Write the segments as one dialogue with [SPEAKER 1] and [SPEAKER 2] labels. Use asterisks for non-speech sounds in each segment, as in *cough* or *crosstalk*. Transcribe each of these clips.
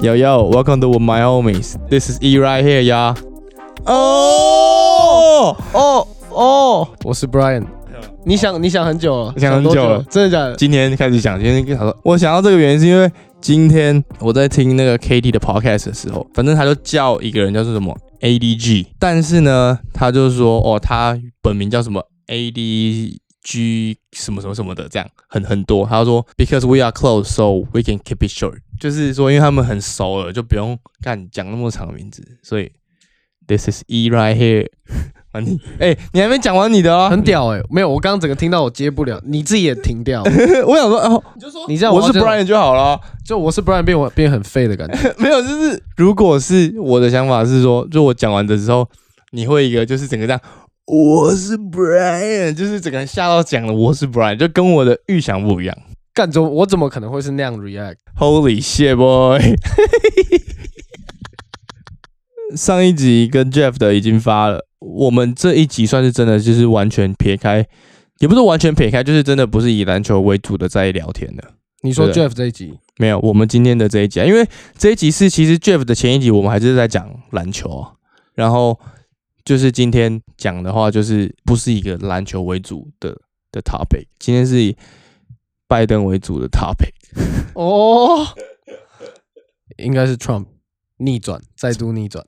[SPEAKER 1] Yo yo, welcome to my homies. This is E right here, y'all. 哦
[SPEAKER 2] 哦哦，
[SPEAKER 3] 我是 Brian。
[SPEAKER 2] 你想你想很久了，
[SPEAKER 1] 想很
[SPEAKER 2] 多
[SPEAKER 1] 久了
[SPEAKER 2] 真的假的？
[SPEAKER 1] 今天开始讲，今天跟他说，我想到这个原因是因为今天我在听那个 KT 的 podcast 的时候，反正他就叫一个人叫做什么 ADG，但是呢，他就说哦，他本名叫什么 ADG 什么什么什么的，这样很很多。他说 Because we are close, so we can keep it short，就是说因为他们很熟了，就不用干讲那么长的名字，所以 This is E right here *laughs* 完你。哎、你还没讲完你的啊？
[SPEAKER 2] 很屌哎、没有，我刚刚整个听到我接不了，你自己也停掉，
[SPEAKER 1] 我 *laughs* 想说，哦，
[SPEAKER 2] 你这样
[SPEAKER 1] 我
[SPEAKER 2] 好
[SPEAKER 1] 是
[SPEAKER 2] 像
[SPEAKER 1] Brian 就好了。
[SPEAKER 2] 就我是 Brian 变我变很废的感觉，
[SPEAKER 1] *laughs* 没有，就是如果是我的想法是说，就我讲完的时候，你会一个就是整个这样，我是 Brian，就是整个人吓到讲了我是 Brian，就跟我的预想不一样。
[SPEAKER 2] 干怎么我怎么可能会是那样 react？
[SPEAKER 1] Holy shit boy！上一集跟 Jeff 的已经发了，我们这一集算是真的就是完全撇开，也不是完全撇开，就是真的不是以篮球为主的在聊天的。
[SPEAKER 2] 你说
[SPEAKER 1] 对的
[SPEAKER 2] Jeff 这一集，
[SPEAKER 1] 没有，我们今天的这一集啊，因为这一集是其实 Jeff 的前一集，我们还是在讲篮球啊。然后就是今天讲的话，就是不是一个篮球为主的的 topic，今天是以拜登为主的 topic。
[SPEAKER 2] 哦，应该是 Trump 逆转，再度逆转，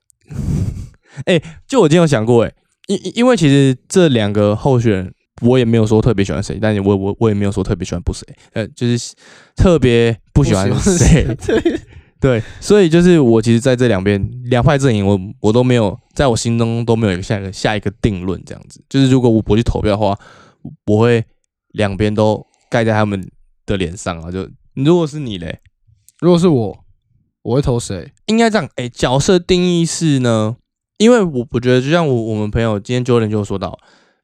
[SPEAKER 1] 就我今天有想过、欸，诶，因因因为其实这两个候选人，我也没有说特别喜欢谁，但是我我我也没有说特别喜欢不谁，呃，就是特别不喜欢
[SPEAKER 2] 不喜欢
[SPEAKER 1] 谁，对，所以就是我其实在这两边两派阵营我，我都没有在我心中都没有一个下一个下一个定论这样子。就是如果我不去投票的话，我会两边都盖在他们的脸上啊。就如果是你嘞，
[SPEAKER 2] *laughs* 如果是我，我会投谁？
[SPEAKER 1] 应该这样，哎、角色定义是呢，因为我我觉得就像我我们朋友今天 Jordan 就有说到，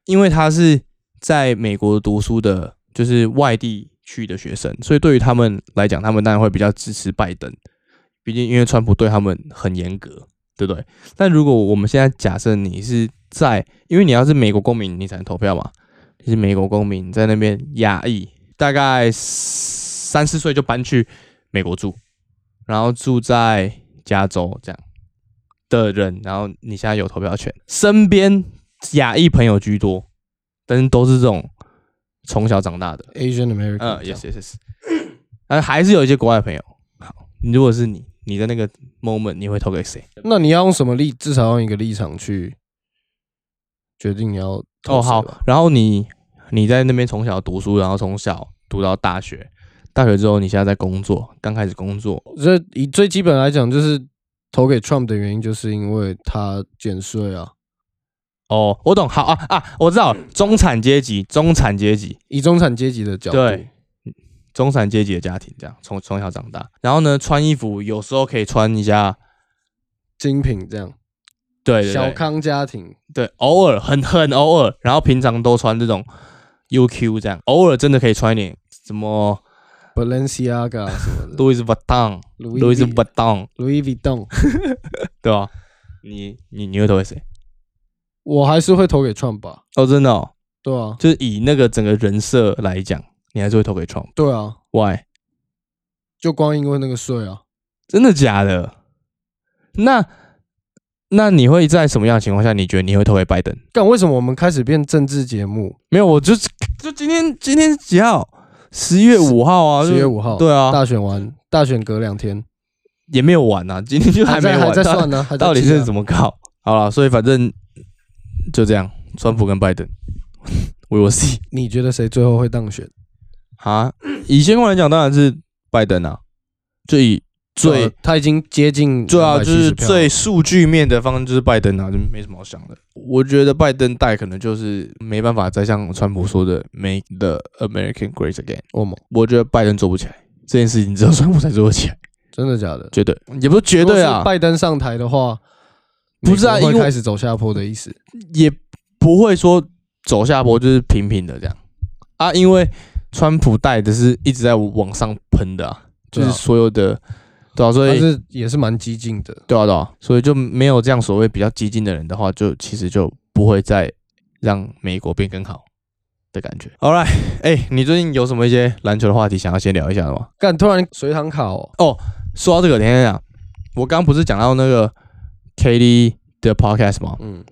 [SPEAKER 1] 因为他是在美国读书的，就是外地去的学生，所以对于他们来讲，他们当然会比较支持拜登，毕竟因为川普对他们很严格，对不对？但如果我们现在假设你是在，因为你要是美国公民，你才能投票嘛，你是美国公民，在那边亚裔，大概三四岁就搬去美国住，然后住在加州这样的人，然后你现在有投票权，身边亚裔朋友居多，但是都是这种从小长大的，
[SPEAKER 2] Asian American，
[SPEAKER 1] 嗯，yes yes yes，但还是有一些国外朋友。好，你如果是你，你的那个 moment，你会投给谁？
[SPEAKER 2] 那你要用什么立？至少要用一个立场去决定你要投
[SPEAKER 1] 哦，
[SPEAKER 2] 谁
[SPEAKER 1] 好
[SPEAKER 2] 吧，，
[SPEAKER 1] 然后你你在那边从小读书，然后从小读到大学，大学之后你现在在工作，刚开始工作，
[SPEAKER 2] 这以最基本来讲，就是投给 Trump 的原因，就是因为他减税啊。
[SPEAKER 1] 哦，我懂，好啊啊，我知道，中产阶级，中产阶级，
[SPEAKER 2] 以中产阶级的角度，
[SPEAKER 1] 对，中产阶级的家庭这样，从从小长大，然后呢，穿衣服有时候可以穿一下，
[SPEAKER 2] 精品这样，
[SPEAKER 1] 对对
[SPEAKER 2] 小
[SPEAKER 1] 对，
[SPEAKER 2] 康家庭，
[SPEAKER 1] 对，偶尔很很偶尔，然后平常都穿这种 UQ 这样，偶尔真的可以穿一点什么
[SPEAKER 2] Balenciaga 什
[SPEAKER 1] *laughs*
[SPEAKER 2] 么的
[SPEAKER 1] Louis Vuitton、
[SPEAKER 2] ，Louis
[SPEAKER 1] Louis Vuitton，
[SPEAKER 2] Louis Vuitton，
[SPEAKER 1] 对吧？你你你会投给谁？
[SPEAKER 2] 我还是会投给 Trump 吧，
[SPEAKER 1] 哦，真的、哦，
[SPEAKER 2] 对啊，
[SPEAKER 1] 就是以那个整个人设来讲，你还是会投给 Trump。
[SPEAKER 2] 对啊，
[SPEAKER 1] Why？
[SPEAKER 2] 就光因为那个税啊，
[SPEAKER 1] 真的假的？那那你会在什么样的情况下，你觉得你会投给拜登？
[SPEAKER 2] 但为什么我们开始变政治节目？
[SPEAKER 1] 没有，我就是就今天今天是几号？十月五号啊，
[SPEAKER 2] 十月
[SPEAKER 1] 就
[SPEAKER 2] 五号，
[SPEAKER 1] 对啊，
[SPEAKER 2] 大选完，大选隔两天，
[SPEAKER 1] 也没有完啊，今天就 *laughs* 还没
[SPEAKER 2] 在
[SPEAKER 1] 完，
[SPEAKER 2] 还在
[SPEAKER 1] 到
[SPEAKER 2] 算呢，还在
[SPEAKER 1] 到底
[SPEAKER 2] 记啊
[SPEAKER 1] 是怎么搞？好了，所以反正就这样，川普跟拜登，We will *laughs* see
[SPEAKER 2] 你觉得谁最后会当选？
[SPEAKER 1] 啊。以现况来讲，当然是拜登啊，就以最、
[SPEAKER 2] 呃他已经接近
[SPEAKER 1] 对啊，
[SPEAKER 2] 270
[SPEAKER 1] 就是
[SPEAKER 2] 票了
[SPEAKER 1] 最数据面的方就是拜登啊，就没什么好想的。我觉得拜登带可能就是没办法再像川普说的 “Make the American Great Again”，
[SPEAKER 2] 欧盟，
[SPEAKER 1] 我觉得拜登做不起来这件事情，只有川普才做得起来，
[SPEAKER 2] 真的假的？
[SPEAKER 1] 绝对也不是绝对
[SPEAKER 2] 如果
[SPEAKER 1] 啊
[SPEAKER 2] 是，拜登上台的话，
[SPEAKER 1] 不是啊
[SPEAKER 2] 美国
[SPEAKER 1] 因
[SPEAKER 2] 会
[SPEAKER 1] 为
[SPEAKER 2] 开始走下坡的意思。
[SPEAKER 1] 也不会说走下坡就是平平的这样啊，因为川普带的是一直在往上喷的啊，就
[SPEAKER 2] 对
[SPEAKER 1] 是
[SPEAKER 2] 啊
[SPEAKER 1] 所有的，对啊，所
[SPEAKER 2] 但
[SPEAKER 1] 以
[SPEAKER 2] 是也是蛮激进的。
[SPEAKER 1] 对啊对啊，所以就没有这样所谓比较激进的人的话，就其实就不会再让美国变更好的感觉。好 l 哎、你最近有什么一些篮球的话题想要先聊一下的吗？
[SPEAKER 2] 干，突然随堂考、哦，
[SPEAKER 1] 说到这个，等一下，我刚不是讲到那个 k d 的 podcast 吗？
[SPEAKER 2] 嗯，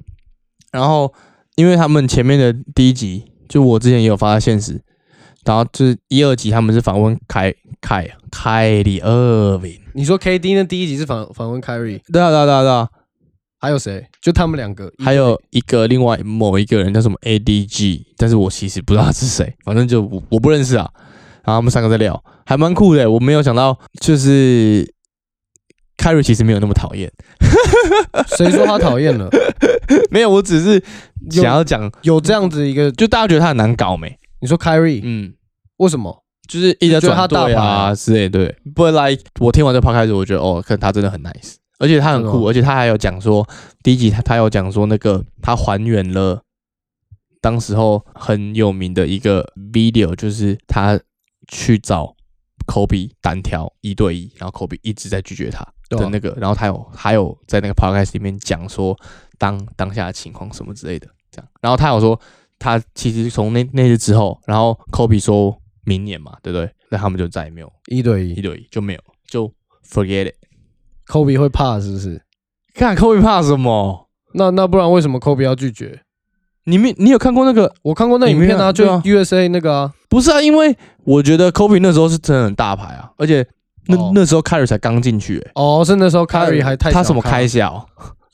[SPEAKER 1] 然后因为他们前面的第一集，就我之前也有发在现实，然后就是一二集他们是访问凯凯啊凯里厄文，
[SPEAKER 2] 你说 KD 呢？第一集是访访问 Kyrie，
[SPEAKER 1] 对啊对啊对啊对啊，
[SPEAKER 2] 还有谁？就他们两个，
[SPEAKER 1] 还有一个另外某一个人叫什么 ADG，但是我其实不知道他是谁，反正就我我不认识啊。然后他们三个在聊，还蛮酷的，欸我没有想到就是。凯瑞其实没有那么讨厌， *laughs*
[SPEAKER 2] 谁说他讨厌了？
[SPEAKER 1] 没有，我只是
[SPEAKER 2] 有
[SPEAKER 1] 想要讲，
[SPEAKER 2] 有这样子一个，
[SPEAKER 1] 就大家觉得他很难搞没？
[SPEAKER 2] 你说 Kyrie
[SPEAKER 1] 嗯，
[SPEAKER 2] 为什么？
[SPEAKER 1] 就是一直在
[SPEAKER 2] 就觉
[SPEAKER 1] 转
[SPEAKER 2] 得他大
[SPEAKER 1] 队啊
[SPEAKER 2] 牌
[SPEAKER 1] 之类的。对 But like，我听完这 p 开始，我觉得哦，可能他真的很 nice，而且他很
[SPEAKER 2] 真的
[SPEAKER 1] 酷，
[SPEAKER 2] 吗
[SPEAKER 1] 而且他还有讲说，第一集他他有讲说那个他还原了当时候很有名的一个 video，就是他去找 Kobe 单挑一对一，然后 Kobe 一直在拒绝他
[SPEAKER 2] 对
[SPEAKER 1] 的
[SPEAKER 2] 吧
[SPEAKER 1] 那个，然后他有还有在那个 podcast 里面讲说当当下的情况什么之类的，这样。然后他有说他其实从那那次之后，然后 Kobe 说明年嘛，对不对？那他们就再也没有
[SPEAKER 2] 一对
[SPEAKER 1] 一
[SPEAKER 2] 一
[SPEAKER 1] 对一，就没有，就 forget it。
[SPEAKER 2] ，Kobe 会怕是不是？
[SPEAKER 1] 看 Kobe 怕什么？
[SPEAKER 2] 那那不然为什么 Kobe 要拒绝？
[SPEAKER 1] 你没你有看过那个？
[SPEAKER 2] 我看过那
[SPEAKER 1] 你
[SPEAKER 2] 影
[SPEAKER 1] 没
[SPEAKER 2] 片
[SPEAKER 1] 看
[SPEAKER 2] 啊，就
[SPEAKER 1] 对啊
[SPEAKER 2] USA 那个啊，
[SPEAKER 1] 不是啊，因为我觉得 Kobe 那时候是真的很大牌啊，而且那、
[SPEAKER 2] 哦
[SPEAKER 1] 那时候 Kyrie 才刚进去、欸，
[SPEAKER 2] 哦，是那时候 Kyrie 还太
[SPEAKER 1] 他什么
[SPEAKER 2] 开
[SPEAKER 1] 开销？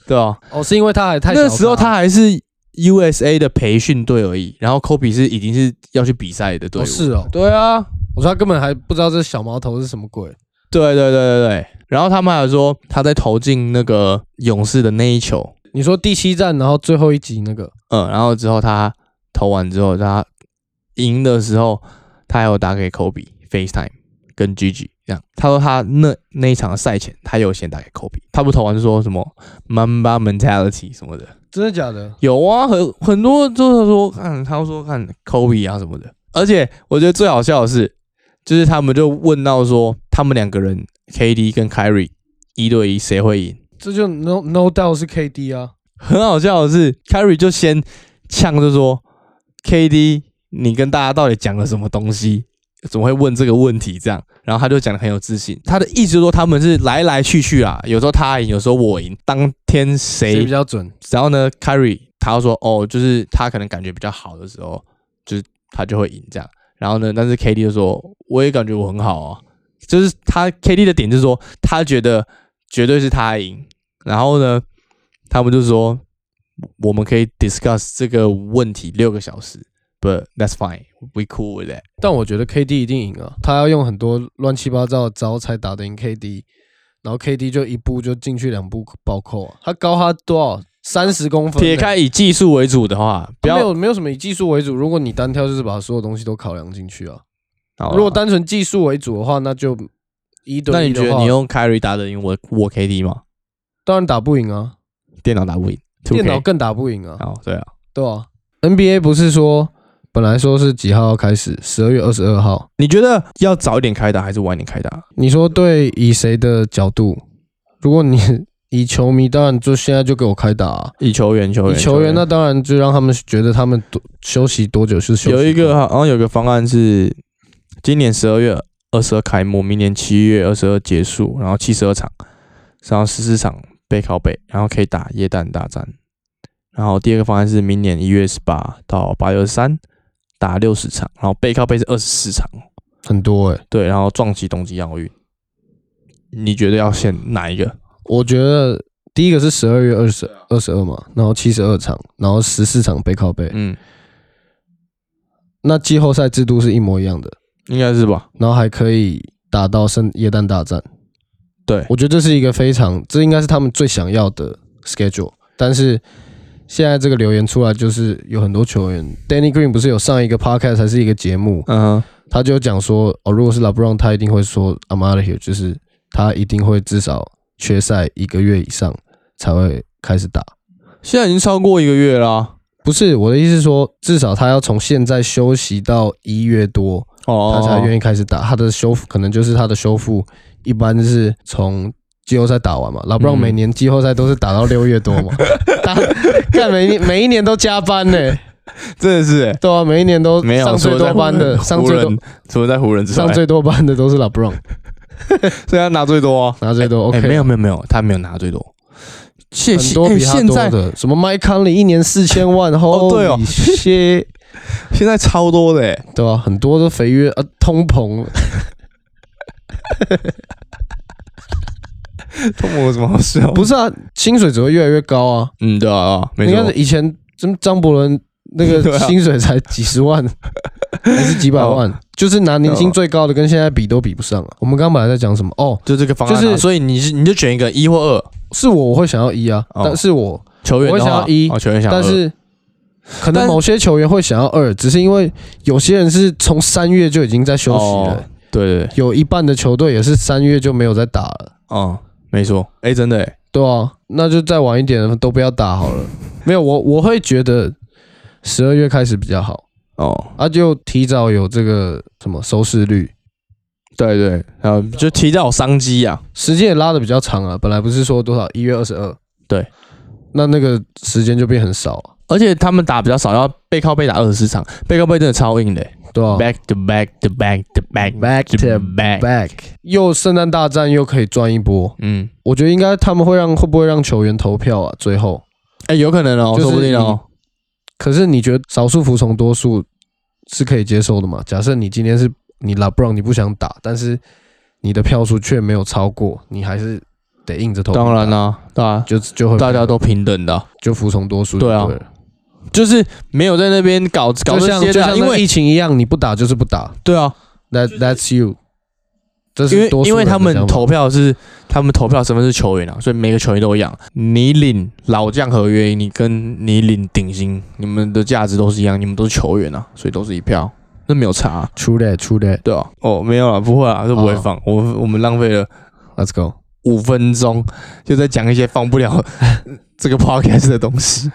[SPEAKER 1] 对啊，
[SPEAKER 2] 哦，是因为他还太小
[SPEAKER 1] 那时候
[SPEAKER 2] 咖
[SPEAKER 1] 他还是 USA 的培训队而已，然后 Kobe 是已经是要去比赛的队伍。
[SPEAKER 2] 哦是哦，
[SPEAKER 1] 对啊，
[SPEAKER 2] 我说他根本还不知道这小毛头是什么鬼，
[SPEAKER 1] 对对对对对。然后他们还有说他在投进那个勇士的那一球，
[SPEAKER 2] 你说第七站，然后最后一集那个，
[SPEAKER 1] 嗯，然后之后他投完之后，他赢的时候，他还有打给 Kobe FaceTime 跟 Gigi 这样。他说他那那一场的赛前，他有先打给 Kobe，他不投完就说什么 Mamba mentality 什么的。
[SPEAKER 2] 真的假的？
[SPEAKER 1] 有啊，很很多就是说看，他说看 Kobe 啊什么的。而且我觉得最好笑的是，就是他们就问到说，他们两个人 KD 跟 Kyrie 一对一谁会赢？
[SPEAKER 2] 这就 no no doubt 是 KD 啊，
[SPEAKER 1] 很好笑的是，Kyrie 就先呛就说，KD 你跟大家到底讲了什么东西？怎么会问这个问题？这样，然后他就讲的很有自信。他的意思就是说他们是来来去去啊，有时候他赢，有时候我赢，当天
[SPEAKER 2] 谁
[SPEAKER 1] 谁
[SPEAKER 2] 比较准？
[SPEAKER 1] 然后呢，Carry 他要说哦，就是他可能感觉比较好的时候，就是他就会赢这样。然后呢，但是 KD 就说我也感觉我很好啊，就是他 KD 的点就是说他觉得绝对是他赢。然后呢，他们就说我们可以 discuss 这个问题六个小时，but that's fine, we cool with that。
[SPEAKER 2] 但我觉得 KD 一定赢啊，他要用很多乱七八糟的招才打得赢 KD，然后 KD 就一步就进去两步暴扣啊，他高他多少三十公分、
[SPEAKER 1] 撇，开以技术为主的话，不
[SPEAKER 2] 没
[SPEAKER 1] 要
[SPEAKER 2] 有没有什么以技术为主，如果你单挑就是把所有东西都考量进去啊，
[SPEAKER 1] 好啦
[SPEAKER 2] 如果单纯技术为主的话，那就一
[SPEAKER 1] 那
[SPEAKER 2] 对一
[SPEAKER 1] 你
[SPEAKER 2] 的
[SPEAKER 1] 觉
[SPEAKER 2] 话，
[SPEAKER 1] 得你用 Carry 打得赢我我 KD 吗？
[SPEAKER 2] 当然打不赢啊，
[SPEAKER 1] 电脑打不赢，2K
[SPEAKER 2] 电脑更打不赢啊，
[SPEAKER 1] 哦对啊，
[SPEAKER 2] 对啊，NBA 不是说本来说是几号要开始，十二月二十二号。
[SPEAKER 1] 你觉得要早一点开打还是晚一点开打？
[SPEAKER 2] 你说对，以谁的角度？如果你以球迷，当然就现在就给我开打、啊。
[SPEAKER 1] 以球员，球
[SPEAKER 2] 以
[SPEAKER 1] 员，
[SPEAKER 2] 球员，那当然就让他们觉得他们多休息多久是休息。
[SPEAKER 1] 有一个，好像有个方案是今年十二月二十二开幕，明年七月二十二结束，然后七十二场，然后十四场背靠背，然后可以打夜蛋大战。然后第二个方案是明年一月十八到八月三打六十场，然后背靠背是二十四场，
[SPEAKER 2] 很多欸诶、
[SPEAKER 1] 对，然后撞击东京奥运。你觉得要选哪一个？
[SPEAKER 2] 我觉得第一个是十二月二十二十二嘛，然后七十二场，然后十四场背靠背。
[SPEAKER 1] 嗯，
[SPEAKER 2] 那季后赛制度是一模一样的，
[SPEAKER 1] 应该是吧？
[SPEAKER 2] 然后还可以打到圣耶诞大战。
[SPEAKER 1] 对，
[SPEAKER 2] 我觉得这是一个非常，这应该是他们最想要的 schedule。但是现在这个留言出来，就是有很多球员，Danny Green 不是有上一个 podcast 还是一个节目，
[SPEAKER 1] 嗯哼，
[SPEAKER 2] 他就讲说，哦，如果是 LeBron，他一定会说 I'm out of here，就是他一定会至少缺赛一个月以上才会开始打。
[SPEAKER 1] 现在已经超过一个月啦、啊
[SPEAKER 2] 不是我的意思是说，至少他要从现在休息到一月多，
[SPEAKER 1] 哦
[SPEAKER 2] 他才愿意开始打。他的修复可能就是他的修复，一般是从季后赛打完嘛。老布朗
[SPEAKER 1] 嗯
[SPEAKER 2] 每年季后赛都是打到六月多
[SPEAKER 1] *laughs*
[SPEAKER 2] 嘛，打干每一每一年都加班呢、
[SPEAKER 1] 真的是欸
[SPEAKER 2] 对啊，每一年都
[SPEAKER 1] 没有
[SPEAKER 2] 上最
[SPEAKER 1] 除了
[SPEAKER 2] 多
[SPEAKER 1] 在
[SPEAKER 2] 班的，上
[SPEAKER 1] 湖
[SPEAKER 2] 最多
[SPEAKER 1] 人，除了在湖人之外
[SPEAKER 2] 上，最多班的都是老布朗
[SPEAKER 1] 所以他拿最多哦。
[SPEAKER 2] 拿最多。OK，
[SPEAKER 1] 哎，没有没有没有，他没有拿最多。谢
[SPEAKER 2] 很
[SPEAKER 1] 谢，
[SPEAKER 2] 多
[SPEAKER 1] 哎
[SPEAKER 2] 比他
[SPEAKER 1] 现
[SPEAKER 2] 多
[SPEAKER 1] 在
[SPEAKER 2] 的，什么 Mike Conley 一年四千万，哦
[SPEAKER 1] 对 *laughs* 哦
[SPEAKER 2] 些
[SPEAKER 1] 现在超多的欸，
[SPEAKER 2] 对啊，很多都肥约啊，通膨，
[SPEAKER 1] 哦通膨有什么好笑？
[SPEAKER 2] 不是啊，薪水只会越来越高啊。
[SPEAKER 1] *laughs* 嗯，对啊，啊没
[SPEAKER 2] 你看
[SPEAKER 1] 错，
[SPEAKER 2] 以前张张伯伦那
[SPEAKER 1] *laughs* 对
[SPEAKER 2] 个
[SPEAKER 1] 啊
[SPEAKER 2] 薪水才几十
[SPEAKER 1] *laughs*
[SPEAKER 2] 万，还是几百万，
[SPEAKER 1] 哦
[SPEAKER 2] 就是拿年薪最高的跟现在比都比不上啊。我们刚刚本来在讲什么？哦，
[SPEAKER 1] 就这个方案啊，
[SPEAKER 2] 就是
[SPEAKER 1] 所以你是你就选一个一或二
[SPEAKER 2] 是我我会想要一啊，
[SPEAKER 1] 哦
[SPEAKER 2] 但是我
[SPEAKER 1] 球员的话，
[SPEAKER 2] 我会想要一
[SPEAKER 1] 哦球员想要
[SPEAKER 2] 但
[SPEAKER 1] 二，
[SPEAKER 2] 是可能
[SPEAKER 1] 但
[SPEAKER 2] 某些球员会想要二，只是因为有些人是从三月就已经在休息了。
[SPEAKER 1] 哦对对对，
[SPEAKER 2] 有一半的球队也是三月就没有在打了，
[SPEAKER 1] 哦，没错，哎，真的哎，
[SPEAKER 2] 对啊，那就再晚一点都不要打好了。没有，我我会觉得十二月开始比较好，
[SPEAKER 1] 哦，
[SPEAKER 2] 啊，就提早有这个什么收视率，
[SPEAKER 1] 对对，还有就提到有商机啊，
[SPEAKER 2] 时间也拉的比较长啊。本来不是说多少一月二十二，
[SPEAKER 1] 对，
[SPEAKER 2] 那那个时间就变很少啊，
[SPEAKER 1] 而且他们打比较少，要背靠背打二十四场，背靠背真的超硬的欸、
[SPEAKER 2] 对啊
[SPEAKER 1] back to back to back to back
[SPEAKER 2] back to
[SPEAKER 1] back，
[SPEAKER 2] back，又圣诞大战又可以赚一波，
[SPEAKER 1] 嗯，
[SPEAKER 2] 我觉得应该他们会让会不会让球员投票啊？最后，
[SPEAKER 1] 哎、有可能哦，
[SPEAKER 2] 就是
[SPEAKER 1] 说不定哦，
[SPEAKER 2] 可是你觉得少数服从多数是可以接受的吗？假设你今天是你拉布朗，你不想打，但是你的票数却没有超过，你还是得硬着头皮打。
[SPEAKER 1] 当然啦、对啊，
[SPEAKER 2] 就就会
[SPEAKER 1] 大家都平等的啊、
[SPEAKER 2] 就服从多数就
[SPEAKER 1] 对
[SPEAKER 2] 了，
[SPEAKER 1] 啊就是没有在那边搞搞
[SPEAKER 2] 就
[SPEAKER 1] 这
[SPEAKER 2] 像
[SPEAKER 1] 些
[SPEAKER 2] 就
[SPEAKER 1] 的啊、
[SPEAKER 2] 像
[SPEAKER 1] 因
[SPEAKER 2] 那
[SPEAKER 1] 为
[SPEAKER 2] 疫情一样，你不打就是不打。
[SPEAKER 1] 对啊， *laughs*
[SPEAKER 2] That that's you，这
[SPEAKER 1] 因
[SPEAKER 2] 是
[SPEAKER 1] 为
[SPEAKER 2] 多数
[SPEAKER 1] 因为
[SPEAKER 2] 人的
[SPEAKER 1] 他们
[SPEAKER 2] 想法
[SPEAKER 1] 投票是他们投票身份是球员啊，所以每个球员都一样。你领老将合约，你跟你领顶薪，你们的价值都是一样，你们都是球员啊，所以都是一票，那没有差啊、
[SPEAKER 2] True that, true that.
[SPEAKER 1] 对啊，哦，没有啊，不会啊，都不会
[SPEAKER 2] 哦
[SPEAKER 1] 放。我们我们浪费了
[SPEAKER 2] Let's go.
[SPEAKER 1] 五分钟，就在讲一些放不
[SPEAKER 2] *laughs*
[SPEAKER 1] 了这个 podcast 的东西。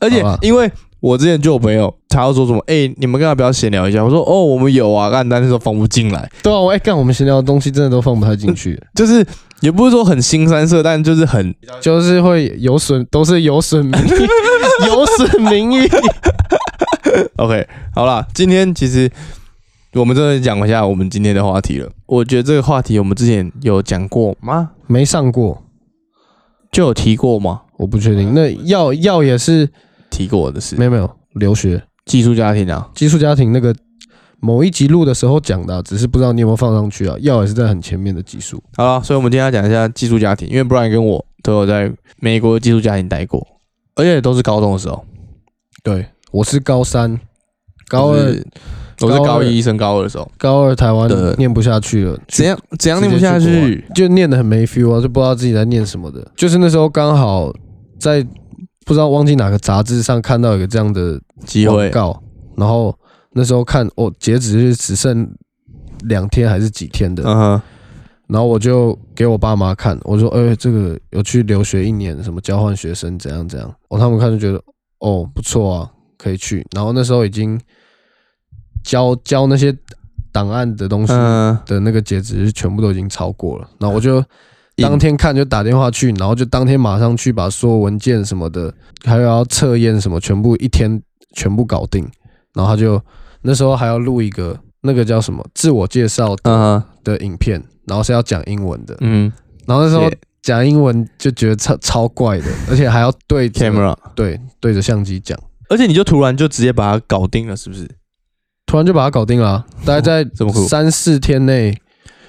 [SPEAKER 1] 而且
[SPEAKER 2] 好吧
[SPEAKER 1] 因为我之前就有朋友，他要说什么，哎、你们刚才不要闲聊一下？我说，哦，我们有啊，但但是都放不进来，
[SPEAKER 2] 对啊，我哎干，我们闲聊的东西真的都放不太进
[SPEAKER 1] *laughs*
[SPEAKER 2] 去，
[SPEAKER 1] 就是也不是说很新三色，但就是很
[SPEAKER 2] 就是会有损，都是有损名
[SPEAKER 1] *laughs*
[SPEAKER 2] 誉，有损名誉。
[SPEAKER 1] OK，好啦，今天其实我们真的讲一下我们今天的话题了。我觉得这个话题我们之前有讲过吗？
[SPEAKER 2] 没上过，
[SPEAKER 1] 就有提过吗？
[SPEAKER 2] 我不确定。
[SPEAKER 1] 啊
[SPEAKER 2] 那要要也是
[SPEAKER 1] 提过的事，
[SPEAKER 2] 没有没有留学
[SPEAKER 1] 寄宿家庭啊，
[SPEAKER 2] 寄宿家庭那个某一集录的时候讲的啊、只是不知道你有没有放上去啊。要也是在很前面的集数，
[SPEAKER 1] 好了，所以我们今天要讲一下寄宿家庭，因为 Brian 跟我都有在美国寄宿家庭待过，而且都是高中的时候，
[SPEAKER 2] 对我是高三、高
[SPEAKER 1] 我
[SPEAKER 2] 二、
[SPEAKER 1] 是我是高一升高二的时候，
[SPEAKER 2] 高二台湾
[SPEAKER 1] 对
[SPEAKER 2] 念不下去了，
[SPEAKER 1] 怎样怎样念不下
[SPEAKER 2] 直接
[SPEAKER 1] 去？
[SPEAKER 2] 就念的很没 feel 啊，就不知道自己在念什么的。就是那时候刚好在不知道忘记哪个杂志上看到有个这样的
[SPEAKER 1] 机
[SPEAKER 2] 广
[SPEAKER 1] 会，
[SPEAKER 2] 告，然后那时候看哦，截止日只剩两天还是几天的，
[SPEAKER 1] 嗯哼，
[SPEAKER 2] 然后我就给我爸妈看，我说：“哎、这个有去留学一年，什么交换学生怎样怎样。”哦，他们看就觉得哦不错啊，可以去。然后那时候已经交交那些档案的东西
[SPEAKER 1] 嗯，
[SPEAKER 2] 的那个截止日全部都已经超过了，然后我就当天看就打电话去，然后就当天马上去把所有文件什么的，还有要测验什么，全部一天全部搞定。然后他就那时候还要录一个那个叫什么自我介绍的
[SPEAKER 1] 嗯哼
[SPEAKER 2] 的影片，然后是要讲英文的，
[SPEAKER 1] 嗯
[SPEAKER 2] 然后那时候
[SPEAKER 1] 谢
[SPEAKER 2] 讲英文就觉得超超怪的，而且还要对着
[SPEAKER 1] ，camera，
[SPEAKER 2] 对对着相机讲，
[SPEAKER 1] 而且你就突然就直接把它搞定了，是不是？
[SPEAKER 2] 突然就把它搞定了啊、大概在
[SPEAKER 1] 哦这么酷
[SPEAKER 2] 三四天内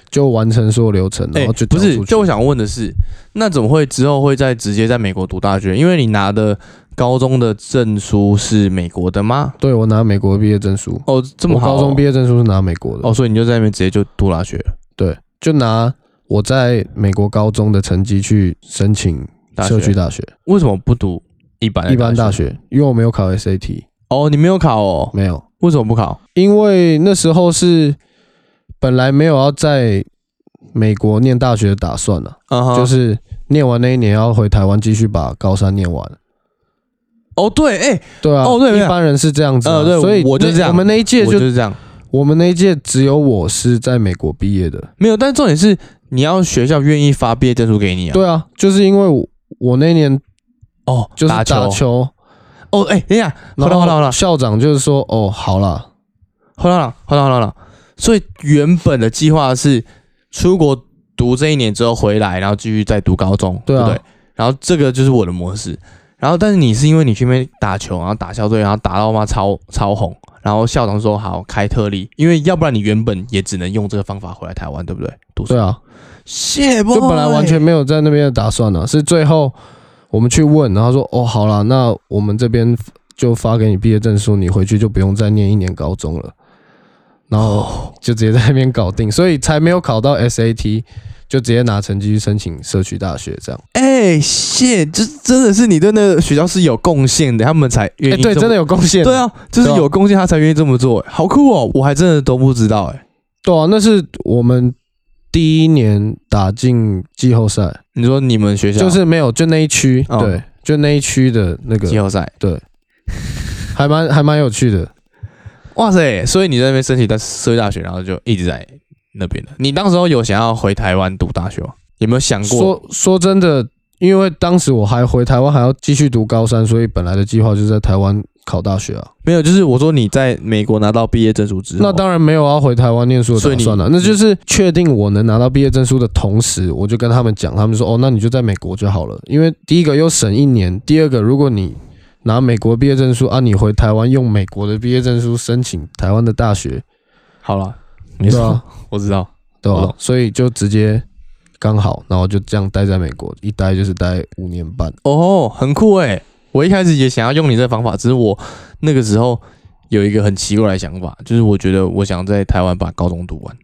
[SPEAKER 2] 就完成所有流程，然
[SPEAKER 1] 哎，
[SPEAKER 2] 后就
[SPEAKER 1] 不
[SPEAKER 2] 交
[SPEAKER 1] 是，
[SPEAKER 2] 出去
[SPEAKER 1] 就我想问的是，那怎么会之后会在直接在美国读大学？因为你拿的高中的证书是美国的吗？
[SPEAKER 2] 对我拿美国毕业证书，
[SPEAKER 1] 哦，这么
[SPEAKER 2] 我
[SPEAKER 1] 好哦、
[SPEAKER 2] 高中毕
[SPEAKER 1] 业
[SPEAKER 2] 业证书是拿美国的，
[SPEAKER 1] 哦，所以你就在那边直接就读大学了，
[SPEAKER 2] 就拿我在美国高中的成绩去申请
[SPEAKER 1] 大
[SPEAKER 2] 社区
[SPEAKER 1] 学哎
[SPEAKER 2] 大学、
[SPEAKER 1] 为什么不读一般的
[SPEAKER 2] 一般大？学，因为我没有考 SAT，
[SPEAKER 1] 哦，你没有考哦？
[SPEAKER 2] 没有，
[SPEAKER 1] 为什么不考？
[SPEAKER 2] 因为那时候是本来没有要在美国念大学的打算了、
[SPEAKER 1] 嗯哼，
[SPEAKER 2] 就是念完那一年要回台湾继续把高三念完。
[SPEAKER 1] 哦，对，哎、
[SPEAKER 2] 对啊，
[SPEAKER 1] 哦对没有
[SPEAKER 2] 一般人是这样子啊、
[SPEAKER 1] 呃对
[SPEAKER 2] 所以
[SPEAKER 1] 我就
[SPEAKER 2] 那
[SPEAKER 1] 这样
[SPEAKER 2] 我们那一届
[SPEAKER 1] 我
[SPEAKER 2] 就
[SPEAKER 1] 就是这样，
[SPEAKER 2] 我们那一届只有我是在美国毕业的。
[SPEAKER 1] 没有，但重点是你要学校愿意发毕业证书给你啊。
[SPEAKER 2] 对啊，就是因为我我那年
[SPEAKER 1] 哦，
[SPEAKER 2] 就是
[SPEAKER 1] 打
[SPEAKER 2] 打球，
[SPEAKER 1] 哦，哎、等一下，好
[SPEAKER 2] 然
[SPEAKER 1] 了好了好
[SPEAKER 2] 后
[SPEAKER 1] 了
[SPEAKER 2] 校长就是说，哦，好了，
[SPEAKER 1] 好了好了好了好了。所以原本的计划是出国读这一年之后回来，然后继续再读高中，
[SPEAKER 2] 对啊
[SPEAKER 1] 不对？然后这个就是我的模式。然后，但是你是因为你去那边打球，然后打校队，然后打到妈超超红，然后校长说好开特例，因为要不然你原本也只能用这个方法回来台湾，对不对？读书
[SPEAKER 2] 对啊，
[SPEAKER 1] 谢不，
[SPEAKER 2] 就本来完全没有在那边的打算呢、是最后我们去问，然后说，哦，好了，那我们这边就发给你毕业证书，你回去就不用再念一年高中了，然
[SPEAKER 1] 哦
[SPEAKER 2] 后就直接在那边搞定，所以才没有考到 SAT，就直接拿成绩去申请社区大学这样。
[SPEAKER 1] 哎谢，这真的是你对那个学校是有贡献的，他们才
[SPEAKER 2] 哎、
[SPEAKER 1] 愿意、
[SPEAKER 2] 对，真的有贡献，
[SPEAKER 1] 对啊，就是
[SPEAKER 2] 对啊
[SPEAKER 1] 有贡献他才愿意这么做、哎好酷哦！我还真的都不知道哎、
[SPEAKER 2] 对啊，那是我们第一年打进季后赛，
[SPEAKER 1] 你说你们学校
[SPEAKER 2] 就是没有就那一区，
[SPEAKER 1] 哦
[SPEAKER 2] 对，就那一区的那个
[SPEAKER 1] 季，后赛，
[SPEAKER 2] 还蛮还蛮有趣的。
[SPEAKER 1] 哇塞！所以你在那边申请到社会大学，然后就一直在那边的。你当时候有想要回台湾读大学吗？有没有想过？
[SPEAKER 2] 说说真的，因为当时我还回台湾还要继续读高三，所以本来的计划就是在台湾考大学啊。
[SPEAKER 1] 没有，就是我说你在美国拿到毕业证书之后，
[SPEAKER 2] 那当然没有要回台湾念书的
[SPEAKER 1] 所以
[SPEAKER 2] 打
[SPEAKER 1] 你
[SPEAKER 2] 算了、啊那就是确定我能拿到毕业证书的同时，我就跟他们讲，他们说哦，那你就在美国就好了，因为第一个又省一年，第二个如果你拿美国毕业证书啊，你回台湾用美国的毕业证书申请台湾的大学，
[SPEAKER 1] 好了，没
[SPEAKER 2] 对
[SPEAKER 1] 错，
[SPEAKER 2] 啊，
[SPEAKER 1] 我知道。
[SPEAKER 2] 对
[SPEAKER 1] 我
[SPEAKER 2] 吧
[SPEAKER 1] 懂？
[SPEAKER 2] 所以就直接刚好，然后就这样待在美国，一待就是待五年半。
[SPEAKER 1] 哦，很酷哎、
[SPEAKER 2] 欸
[SPEAKER 1] 我一开始也想要用你这方法，只是我那个时候有一个很奇怪的想法，就是我觉得我想在台湾把高中读完，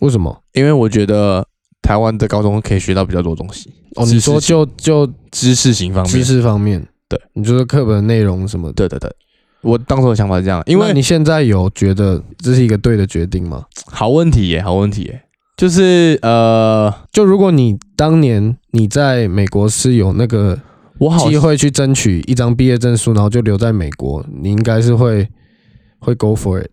[SPEAKER 2] 为什么？
[SPEAKER 1] 因为我觉得台湾的高中可以学到比较多东西，
[SPEAKER 2] 哦，
[SPEAKER 1] 知
[SPEAKER 2] 你
[SPEAKER 1] 识
[SPEAKER 2] 说就就
[SPEAKER 1] 知识型方
[SPEAKER 2] 知
[SPEAKER 1] 面。
[SPEAKER 2] 识方面，
[SPEAKER 1] 对，
[SPEAKER 2] 你就是课本内容什么的。
[SPEAKER 1] 对对对，我当时的想法是这样，因
[SPEAKER 2] 那
[SPEAKER 1] 为
[SPEAKER 2] 你现在有觉得这是一个对的决定吗？
[SPEAKER 1] 好问题耶、好问题耶、就是呃，
[SPEAKER 2] 就如果你当年你在美国是有那个
[SPEAKER 1] 我好
[SPEAKER 2] 机会去争取一张毕业证书，然后就留在美国，你应该是会会 go for it。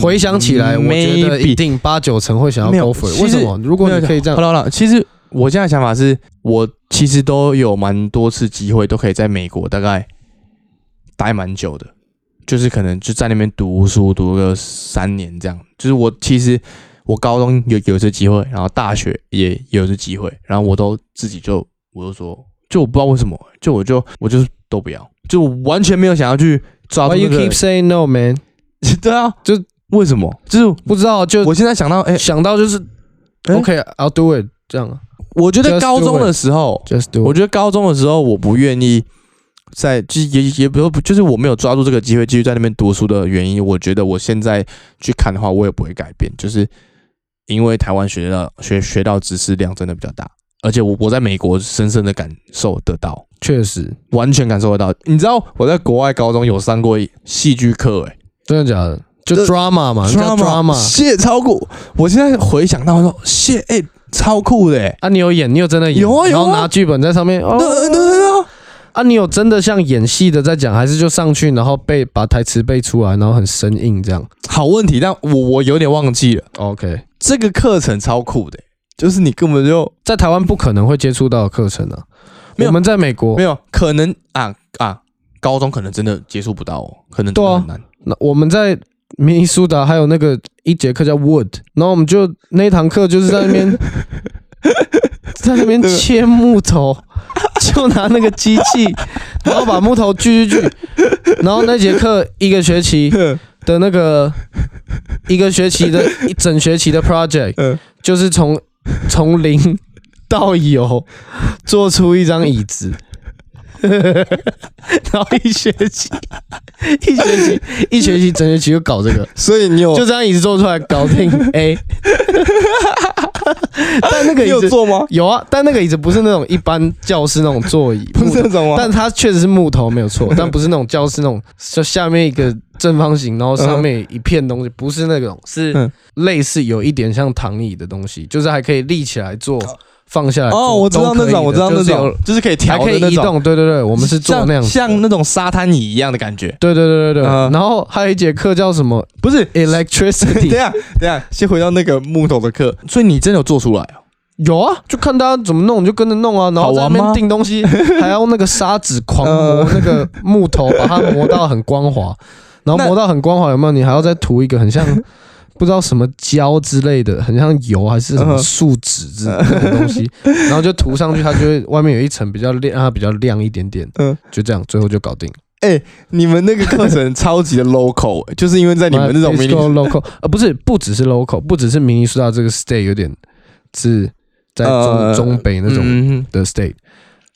[SPEAKER 2] 回想起来，我觉得一
[SPEAKER 1] 嗯 maybe
[SPEAKER 2] 定八九成会想
[SPEAKER 1] 没
[SPEAKER 2] 要
[SPEAKER 1] 有
[SPEAKER 2] go for
[SPEAKER 1] 其
[SPEAKER 2] it。
[SPEAKER 1] 实
[SPEAKER 2] 为什么？如果你可以这
[SPEAKER 1] 好
[SPEAKER 2] 样，
[SPEAKER 1] 了好了，其实我现在想法是我其实都有蛮多次机会，都可以在美国大概待蛮久的，就是可能就在那边读书读个三年这样。就是我其实我高中有有这机会，然后大学也有这机会，然后我都自己就我就说，就我不知道为什么，就我就我就是都不要，就我完全没有想要去抓住
[SPEAKER 2] Why
[SPEAKER 1] 那
[SPEAKER 2] you
[SPEAKER 1] 个
[SPEAKER 2] keep。saying no, man？
[SPEAKER 1] *laughs* 对啊，
[SPEAKER 2] 就
[SPEAKER 1] 为什么？就是
[SPEAKER 2] 不知道，就
[SPEAKER 1] 我现在想到，哎、
[SPEAKER 2] 想到就是
[SPEAKER 1] 哎
[SPEAKER 2] OK，I'll do it 这样
[SPEAKER 1] 我觉得
[SPEAKER 2] Just
[SPEAKER 1] 高中
[SPEAKER 2] do it
[SPEAKER 1] 的时候，
[SPEAKER 2] ，just
[SPEAKER 1] 我
[SPEAKER 2] do it。
[SPEAKER 1] 觉得高中的时候，我不愿意在，就是也也不不，就是我没有抓住这个机会继续在那边读书的原因。我觉得我现在去看的话，我也不会改变，就是因为台湾学到学学到知识量真的比较大，而且我我在美国深深的感受得到，
[SPEAKER 2] 确实，
[SPEAKER 1] 完全感受得到。你知道我在国外高中有上过戏剧课、欸，
[SPEAKER 2] 真的假的？就
[SPEAKER 1] 这
[SPEAKER 2] drama 嘛，叫 drama。
[SPEAKER 1] 谢超酷！我现在回想到说，谢哎、欸超酷的、欸，
[SPEAKER 2] 啊，你有演，你有真的演，
[SPEAKER 1] 有啊有啊
[SPEAKER 2] 然后拿剧本在上面。哦
[SPEAKER 1] 对对对对啊。
[SPEAKER 2] 啊，你有真的像演戏的在讲，还是就上去然后背把台词背出来，然后很生硬这样
[SPEAKER 1] 好问题，但我我有点忘记了。
[SPEAKER 2] ？OK，
[SPEAKER 1] 这个课程超酷的欸、就是你根本就
[SPEAKER 2] 在台湾不可能会接触到的课程啊。
[SPEAKER 1] 没有
[SPEAKER 2] 我们在美国
[SPEAKER 1] 没，有可能啊啊，高中可能真的接触不到哦，可能真
[SPEAKER 2] 对
[SPEAKER 1] 的
[SPEAKER 2] 啊
[SPEAKER 1] 很难。
[SPEAKER 2] 那我们在明尼苏达还有那个一节课叫 Wood，然后我们就那一堂课就是在那边在那边切木头，就拿那个机器，然后把木头锯锯锯，然后那节课一个学期的那个一个学期的一整学期的 project，、
[SPEAKER 1] 嗯
[SPEAKER 2] 就是从从零到有做出一张椅
[SPEAKER 1] *laughs*
[SPEAKER 2] 子。然后一学期，一学期，一学期，整学期就搞这个，
[SPEAKER 1] *laughs* 所以你有
[SPEAKER 2] 就这样椅子做出来搞
[SPEAKER 1] *laughs*
[SPEAKER 2] 定 A。但那个椅子
[SPEAKER 1] 做吗？
[SPEAKER 2] 有啊，但那个椅子不是那种一般教室那种座椅，木头
[SPEAKER 1] 种
[SPEAKER 2] *laughs* 但它确实是木头没
[SPEAKER 1] *laughs*
[SPEAKER 2] 有错，但不是那种教室那种，就下面一个正方形，然后上面一片东西，不是那种，
[SPEAKER 1] 嗯
[SPEAKER 2] 是类似有一点像躺椅的东西，就是还可以立起来做放下来做
[SPEAKER 1] 哦，我知道
[SPEAKER 2] 都可
[SPEAKER 1] 那
[SPEAKER 2] 以的
[SPEAKER 1] 种，我知道那
[SPEAKER 2] 就是有
[SPEAKER 1] 种，就是可以调
[SPEAKER 2] 还可
[SPEAKER 1] 的
[SPEAKER 2] 以
[SPEAKER 1] 那
[SPEAKER 2] 移
[SPEAKER 1] 种，
[SPEAKER 2] 动，对对对，我
[SPEAKER 1] 我
[SPEAKER 2] 们是做那样子的
[SPEAKER 1] 像那种沙滩椅一样的感觉。
[SPEAKER 2] 对对对对对。
[SPEAKER 1] 嗯
[SPEAKER 2] 然后还有一节课叫什么
[SPEAKER 1] 不 *laughs* 是，等一
[SPEAKER 2] electricity，
[SPEAKER 1] 下等一下，先回到那个木头的课，所以你真的有做出来哦？
[SPEAKER 2] 有啊，就看大家怎么弄，你就跟着弄啊，然后在
[SPEAKER 1] 好
[SPEAKER 2] 那
[SPEAKER 1] 玩吗
[SPEAKER 2] 边钉东
[SPEAKER 1] *laughs*
[SPEAKER 2] 西，还要用那个砂纸狂磨那个木头，把它磨到很光滑，然后
[SPEAKER 1] 嗯那
[SPEAKER 2] 磨到很光滑有没有？你还要再涂一个很像不知道什么胶之类的，很像油还是什
[SPEAKER 1] 嗯
[SPEAKER 2] 么树脂之那种
[SPEAKER 1] *laughs*
[SPEAKER 2] 东西，然后就涂上去，它就会外面有一层比较亮，让它比较亮一点点，
[SPEAKER 1] 嗯
[SPEAKER 2] 嗯，就这样，最后就搞定。
[SPEAKER 1] 你们那个课程超级的 local，、欸、就是因为在你们那种迷你
[SPEAKER 2] Disco local，呃，不是，不只是 local，不只是明尼苏达这个 state 有点是在中、
[SPEAKER 1] 呃
[SPEAKER 2] 中北那种
[SPEAKER 1] 嗯
[SPEAKER 2] 的 state，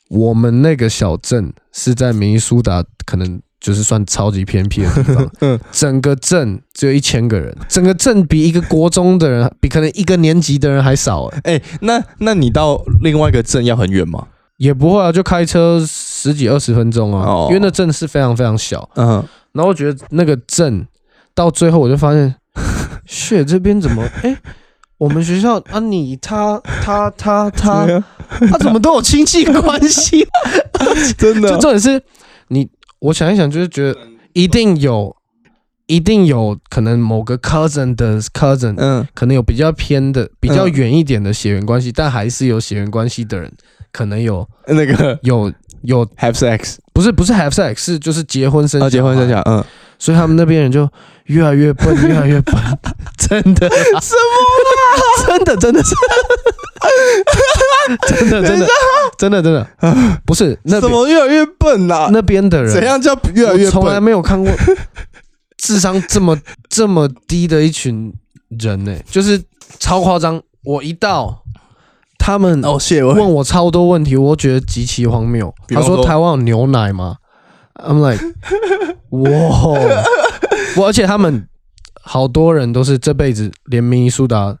[SPEAKER 2] 我们那个小镇是在明尼苏达，可能就是算超级偏僻的地
[SPEAKER 1] *laughs*
[SPEAKER 2] 方。
[SPEAKER 1] 嗯
[SPEAKER 2] 整个镇只有一千个人，整个镇比一个国中的人，比可能一个年级的人还少、欸。
[SPEAKER 1] 哎、那那你到另外一个镇要很远吗？
[SPEAKER 2] 也不会啊，就开车十几二十分钟啊，
[SPEAKER 1] 哦
[SPEAKER 2] 因为那镇是非常非常小。
[SPEAKER 1] 嗯，
[SPEAKER 2] 然后我觉得那个镇到最后，我就发现，血这边怎么 *laughs* 哎、我们学校啊，你他他他
[SPEAKER 1] *laughs*
[SPEAKER 2] 他，
[SPEAKER 1] 对啊
[SPEAKER 2] 他怎么都有亲戚关系
[SPEAKER 1] 真的
[SPEAKER 2] 就重点是你，我想一想，就是觉得一定有，一定有可能某个 cousin 的 cousin，
[SPEAKER 1] 嗯，
[SPEAKER 2] 可能有比较偏的、比较远一点的血缘关系，但还是有血缘关系的人，可能有
[SPEAKER 1] 那个
[SPEAKER 2] 有有，
[SPEAKER 1] have sex
[SPEAKER 2] 不是不是 have sex，是就是结婚生
[SPEAKER 1] 啊，结婚生
[SPEAKER 2] 小
[SPEAKER 1] 小
[SPEAKER 2] 孩，
[SPEAKER 1] 孩，嗯，
[SPEAKER 2] 所以他们那边人就越来越笨，越来越
[SPEAKER 1] *laughs*
[SPEAKER 2] 笨，真的啦，什么啦？真的真的是。真的真的真的真的不是那
[SPEAKER 1] 怎
[SPEAKER 2] 边
[SPEAKER 1] 么越来越笨啦、
[SPEAKER 2] 那边的人
[SPEAKER 1] 怎样叫越来越
[SPEAKER 2] 我从来
[SPEAKER 1] 笨？
[SPEAKER 2] 没有
[SPEAKER 1] *laughs*
[SPEAKER 2] 看过智商这么这么低的一群人呢、就是超夸张。我一到，他们
[SPEAKER 1] 哦，谢我
[SPEAKER 2] 问我超多问题，我觉得极其荒谬。
[SPEAKER 1] 比
[SPEAKER 2] 他
[SPEAKER 1] 方说
[SPEAKER 2] 说台湾有牛奶吗？I'm like，哇！我而且他们好多人都是这辈子连明尼苏达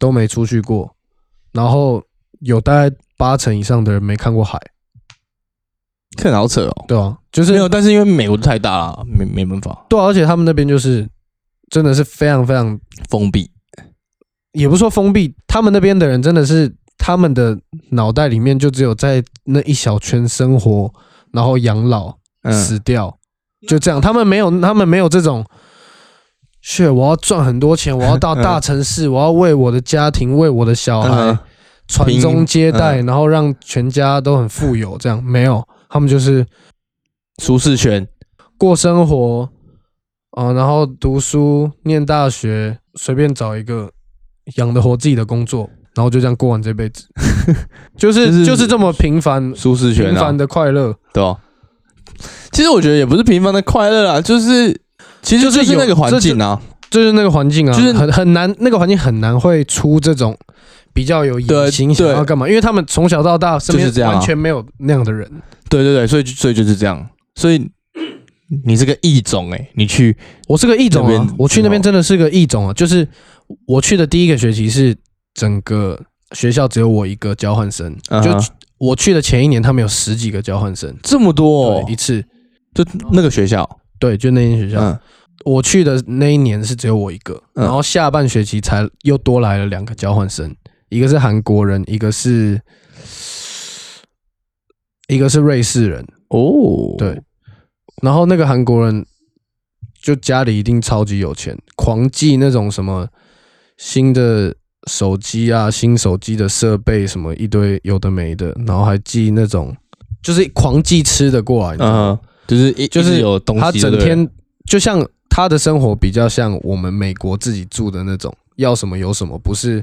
[SPEAKER 2] 都没出去过，然后有大概八成以上的人没看过海，
[SPEAKER 1] 看好扯哦。
[SPEAKER 2] 对啊，就是
[SPEAKER 1] 没有，但是因为美国太大了，没没办法
[SPEAKER 2] 对啊、而且他们那边就是真的是非常非常，
[SPEAKER 1] 封闭。
[SPEAKER 2] 也不是说封闭，他们那边的人真的是他们的脑袋里面就只有在那一小圈生活，然后养老、
[SPEAKER 1] 嗯，
[SPEAKER 2] 死掉，就这样。他们没有，他们没有这种。是，我要赚很多钱，我要到
[SPEAKER 1] 嗯
[SPEAKER 2] 大城市，我要为我的家庭、为我的小孩
[SPEAKER 1] 嗯
[SPEAKER 2] 传
[SPEAKER 1] 拼
[SPEAKER 2] 宗接代，
[SPEAKER 1] 嗯
[SPEAKER 2] 然后让全家都很富有。这样没有，他们就是
[SPEAKER 1] 舒适圈，
[SPEAKER 2] 过生活，啊、然后读书、念大学，随便找一个养得活自己的工作，然后就这样过完这辈子， *laughs* 就是、
[SPEAKER 1] 就是
[SPEAKER 2] 就是这么平凡、
[SPEAKER 1] 舒适圈
[SPEAKER 2] 平
[SPEAKER 1] 啊
[SPEAKER 2] 凡，的快乐。
[SPEAKER 1] 对吧？其实我觉得也不是平凡的快乐啦，就是其实
[SPEAKER 2] 就是
[SPEAKER 1] 就是
[SPEAKER 2] 有
[SPEAKER 1] 那个环境啊，
[SPEAKER 2] 就是那个环境啊，
[SPEAKER 1] 就是
[SPEAKER 2] 很很难，那个环境很难会出这种比较有
[SPEAKER 1] 对
[SPEAKER 2] 野心想
[SPEAKER 1] 对
[SPEAKER 2] 要干嘛，因为他们从小到大身
[SPEAKER 1] 就是这
[SPEAKER 2] 边
[SPEAKER 1] 样啊
[SPEAKER 2] 完全没有那样的人。
[SPEAKER 1] 对对对，所以就所以就是这样，所以你是个异种哎、你去
[SPEAKER 2] 我是个异种
[SPEAKER 1] 那
[SPEAKER 2] 啊
[SPEAKER 1] 边，
[SPEAKER 2] 我去那边真的是个异种啊，就是我去的第一个学期是整个学校只有我一个交换生，
[SPEAKER 1] 嗯
[SPEAKER 2] 就
[SPEAKER 1] 哼
[SPEAKER 2] 我去的前一年，他们有十几个交换生，
[SPEAKER 1] 这么多、
[SPEAKER 2] 哦
[SPEAKER 1] 哦，，
[SPEAKER 2] 一次，
[SPEAKER 1] 就那个学校，
[SPEAKER 2] 对，就那间学校。
[SPEAKER 1] 嗯，
[SPEAKER 2] 我去的那一年是只有我一个，
[SPEAKER 1] 嗯
[SPEAKER 2] 然后下半学期才又多来了两个交换生，一个是韩国人，一个是，一个是瑞士人，
[SPEAKER 1] 哦，
[SPEAKER 2] 对，。然后那个韩国人就家里一定超级有钱，狂寄那种什么新的手机啊、新手机的设备什么一堆有的没的，然后还寄那种就是狂寄吃的过来，你知道吗
[SPEAKER 1] 嗯，就是一
[SPEAKER 2] 就是
[SPEAKER 1] 一直有东西，
[SPEAKER 2] 他整
[SPEAKER 1] 对不对
[SPEAKER 2] 天就像他的生活比较像我们美国自己住的那种，要什么有什么，不是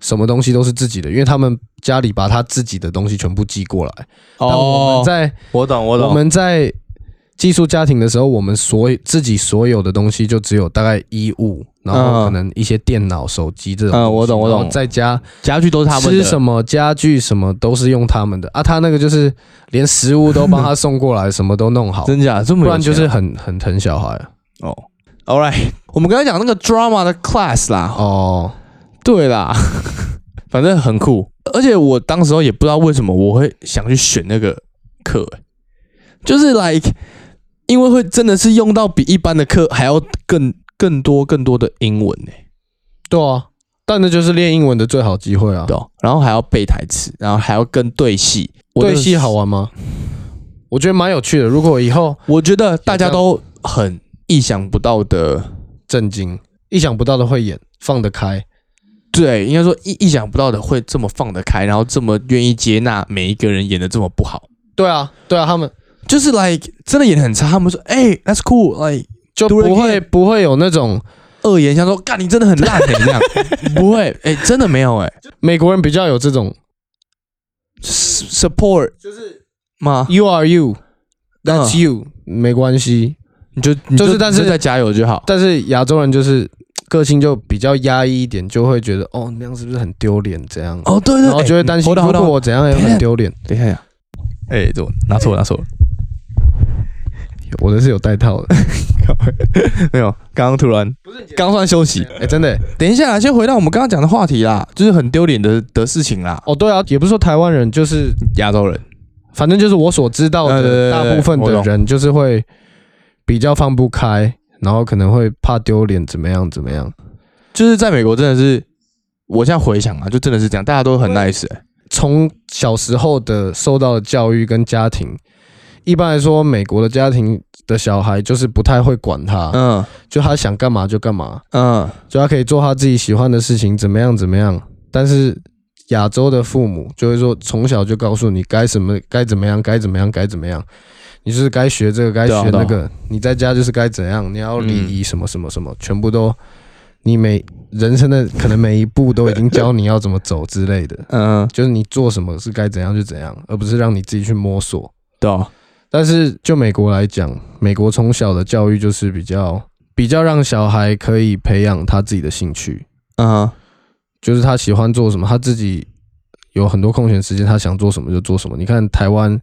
[SPEAKER 2] 什么东西都是自己的，因为他们家里把他自己的东西全部寄过来。但我
[SPEAKER 1] 哦
[SPEAKER 2] 们，在
[SPEAKER 1] 我懂我
[SPEAKER 2] 我
[SPEAKER 1] 懂，
[SPEAKER 2] 们在寄宿家庭的时候，我们所有自己所有的东西就只有大概衣物，然后可能一些电脑、手机这种东西。
[SPEAKER 1] 嗯我懂我懂
[SPEAKER 2] 然后在家
[SPEAKER 1] 家具都是他们
[SPEAKER 2] 吃
[SPEAKER 1] 的，
[SPEAKER 2] 什么家具什么都是用他们的啊，他那个就是连食物都帮他送过来，什么都弄好。
[SPEAKER 1] 真假这么
[SPEAKER 2] 不
[SPEAKER 1] 有
[SPEAKER 2] 然就
[SPEAKER 1] 钱啊
[SPEAKER 2] 是很很疼小孩啊
[SPEAKER 1] 哦，All right，我们刚才讲那个 drama 的 class 啦，
[SPEAKER 2] 哦，
[SPEAKER 1] 对啦， *laughs* 反正很酷，而且我当时候也不知道为什么我会想去选那个课、欸就是 like 因为会真的是用到比一般的课还要更更多更多的英文呢、欸
[SPEAKER 2] 对啊，但那就是练英文的最好机会啊。
[SPEAKER 1] 对哦，然后还要背台词，然后还要跟对戏。我
[SPEAKER 2] 对
[SPEAKER 1] 那
[SPEAKER 2] 戏好，玩吗？我觉得蛮有趣的。如果以后
[SPEAKER 1] 我觉得大家都很意想不到的，
[SPEAKER 2] 震惊、意想不到的会演，放得开，
[SPEAKER 1] 对，应该说意意想不到的会这么放得开，然后这么愿意接纳每一个人演的这么不好，
[SPEAKER 2] 对啊，对啊，他们
[SPEAKER 1] 就是 like 真的演的很差，他们说哎、t h a t s cool，like
[SPEAKER 2] 就
[SPEAKER 1] Do it
[SPEAKER 2] 不会
[SPEAKER 1] again
[SPEAKER 2] 不会有那种
[SPEAKER 1] 恶言相说，干你真的很烂、欸， *laughs* 这样不会，哎、真的没有哎、
[SPEAKER 2] 美国人比较有这种
[SPEAKER 1] s u p p o r t 就是吗？
[SPEAKER 2] you are you，that's
[SPEAKER 1] 嗯
[SPEAKER 2] you，没关系。
[SPEAKER 1] 你就你
[SPEAKER 2] 就是但是
[SPEAKER 1] 你再加油就好，
[SPEAKER 2] 但是亚洲人就是个性就比较压抑一点，就会觉得哦那样是不是很丢脸这样，
[SPEAKER 1] 哦对对，
[SPEAKER 2] 然后就会
[SPEAKER 1] 哎
[SPEAKER 2] 担心
[SPEAKER 1] 你
[SPEAKER 2] 如
[SPEAKER 1] 等等
[SPEAKER 2] 果我怎样也很丢
[SPEAKER 1] *laughs*
[SPEAKER 2] 脸。
[SPEAKER 1] 等一下等一下，哎、这我拿错了拿错了，
[SPEAKER 2] 我的是有带套的，
[SPEAKER 1] *laughs* 没有，刚刚突然刚算休息，
[SPEAKER 2] 哎，真的欸
[SPEAKER 1] 等一下啦，先回到我们刚刚讲的话题啦，就是很丢脸的的事情啦。
[SPEAKER 2] 哦对啊，也不是说台湾人就是
[SPEAKER 1] 亚洲人，
[SPEAKER 2] 反正就是我所知道
[SPEAKER 1] 对对对对
[SPEAKER 2] 的，大部分的人就是会比较放不开，然后可能会怕丢脸，怎么样怎么样。
[SPEAKER 1] 就是在美国真的是，我现在回想啊，就真的是这样，大家都很 nice 欸、
[SPEAKER 2] 从小时候的受到的教育跟家庭，一般来说，美国的家庭的小孩就是不太会管他，
[SPEAKER 1] 嗯
[SPEAKER 2] 就他想干嘛就干嘛，
[SPEAKER 1] 嗯，
[SPEAKER 2] 就他可以做他自己喜欢的事情，怎么样怎么样。但是亚洲的父母就会说，从小就告诉你该什么该怎么样，该怎么样该怎么样，你就是该学这个该
[SPEAKER 1] 对啊嗯
[SPEAKER 2] 学那
[SPEAKER 1] 对，
[SPEAKER 2] 个，你在家就是该怎样，你要礼仪什么什么什么，全部都你每人生的可能每一步都已经教你要怎么走之类的
[SPEAKER 1] 嗯，
[SPEAKER 2] 就是你做什么是该怎样就怎样，而不是让你自己去摸索。
[SPEAKER 1] 对哦，
[SPEAKER 2] 但是就美国来讲，美国从小的教育就是比较比较让小孩可以培养他自己的兴趣，
[SPEAKER 1] 嗯，
[SPEAKER 2] 就是他喜欢做什么，他自己有很多空闲时间，他想做什么就做什么。你看台湾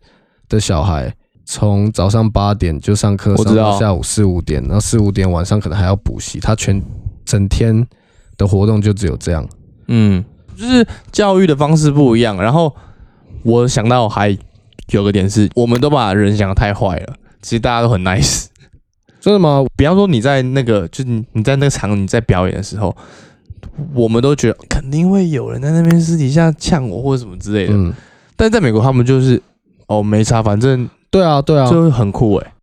[SPEAKER 2] 的小孩，从早上八点就上课，
[SPEAKER 1] 我知道
[SPEAKER 2] 上到下午四五点，然后四五点晚上可能还要补习，他全整天的活动就只有这样。
[SPEAKER 1] 嗯，就是教育的方式不一样。然后我想到还有个点是，我们都把人想的太坏了，其实大家都很 nice。
[SPEAKER 2] 真的吗？
[SPEAKER 1] 比方说你在那个，就是你你在那个场你在表演的时候，我们都觉得肯定会有人在那边私底下呛我或者什么之类的。
[SPEAKER 2] 嗯，
[SPEAKER 1] 但是在美国，他们就是哦没差，反正
[SPEAKER 2] 对啊，对啊，
[SPEAKER 1] 就很酷哎、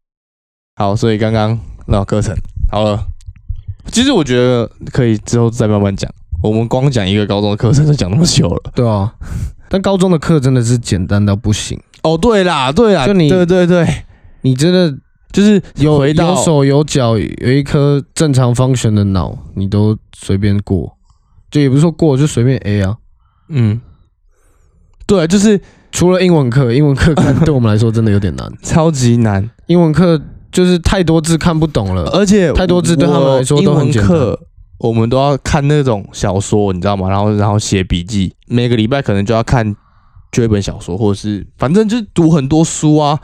[SPEAKER 1] 好，所以刚刚那课程好了，其实我觉得可以之后再慢慢讲。我们光讲一个高中的课程就讲那么久了。
[SPEAKER 2] 对啊。但高中的课真的是简单到不行，
[SPEAKER 1] 哦，对啦，对啦，
[SPEAKER 2] 就你
[SPEAKER 1] 对对对，
[SPEAKER 2] 你真的
[SPEAKER 1] 就是
[SPEAKER 2] 有
[SPEAKER 1] 回到
[SPEAKER 2] 有手有脚，有一颗正常 function 的脑，你都随便过，就也不是说过，就随便 A 啊。
[SPEAKER 1] 嗯，对，就是
[SPEAKER 2] 除了英文课，英文课可能对我们来说真的有点难， *laughs*
[SPEAKER 1] 超级难，
[SPEAKER 2] 英文课就是太多字看不懂了。
[SPEAKER 1] 而且
[SPEAKER 2] 太多字对他们来说
[SPEAKER 1] 我
[SPEAKER 2] 都很
[SPEAKER 1] 英文
[SPEAKER 2] 简单
[SPEAKER 1] 课我们都要看那种小说，你知道吗？然后然后写笔记，每个礼拜可能就要看就一本小说，或者是反正就是读很多书啊，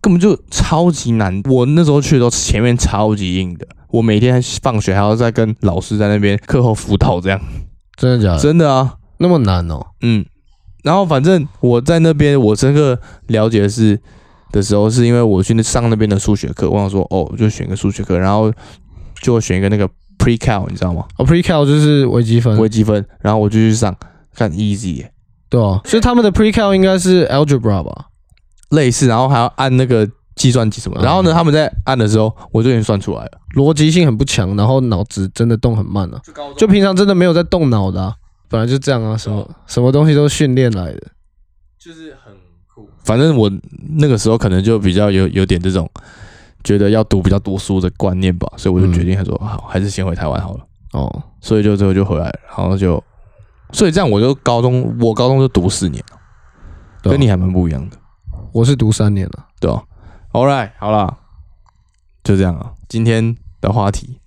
[SPEAKER 1] 根本就超级难。我那时候去的时候，前面超级硬的，我每天放学还要再跟老师在那边课后辅导，这样
[SPEAKER 2] 真的假的？
[SPEAKER 1] 真的啊，
[SPEAKER 2] 那么难哦？
[SPEAKER 1] 嗯，然后反正我在那边，我深刻了解的是的时候，是因为我去那上那边的数学课，我想说哦，就选个数学课，然后就选一个那个 pre cal，你知道吗？
[SPEAKER 2] 哦，pre-cal 就是微积分
[SPEAKER 1] 微，积分，然后我就去上，看 easy，耶
[SPEAKER 2] 对啊，所以他们的 pre-cal 应该是 algebra 吧？
[SPEAKER 1] 类似，然后还要按那个计算机什么的，然后呢，
[SPEAKER 2] 嗯
[SPEAKER 1] 他们在按的时候，我就已经算出来了。
[SPEAKER 2] 逻辑性很不强，然后脑子真的动很慢啊，就平常真的没有在动脑的、啊，本来就这样啊，什
[SPEAKER 1] 哦
[SPEAKER 2] 么什么东西都是训练来的。
[SPEAKER 1] 反正我那个时候可能就比较有有点这种觉得要读比较多书的观念吧，所以我就决定还说、好，还是先回台湾好了。
[SPEAKER 2] 哦，
[SPEAKER 1] 所以就最后就回来了，然后就，所以这样我就高中，我高中就读四年，
[SPEAKER 2] 对啊
[SPEAKER 1] 跟你还蛮不一样的，
[SPEAKER 2] 我是读三年了。
[SPEAKER 1] 对吧、a l l right，好啦，就这样啊。今天的话题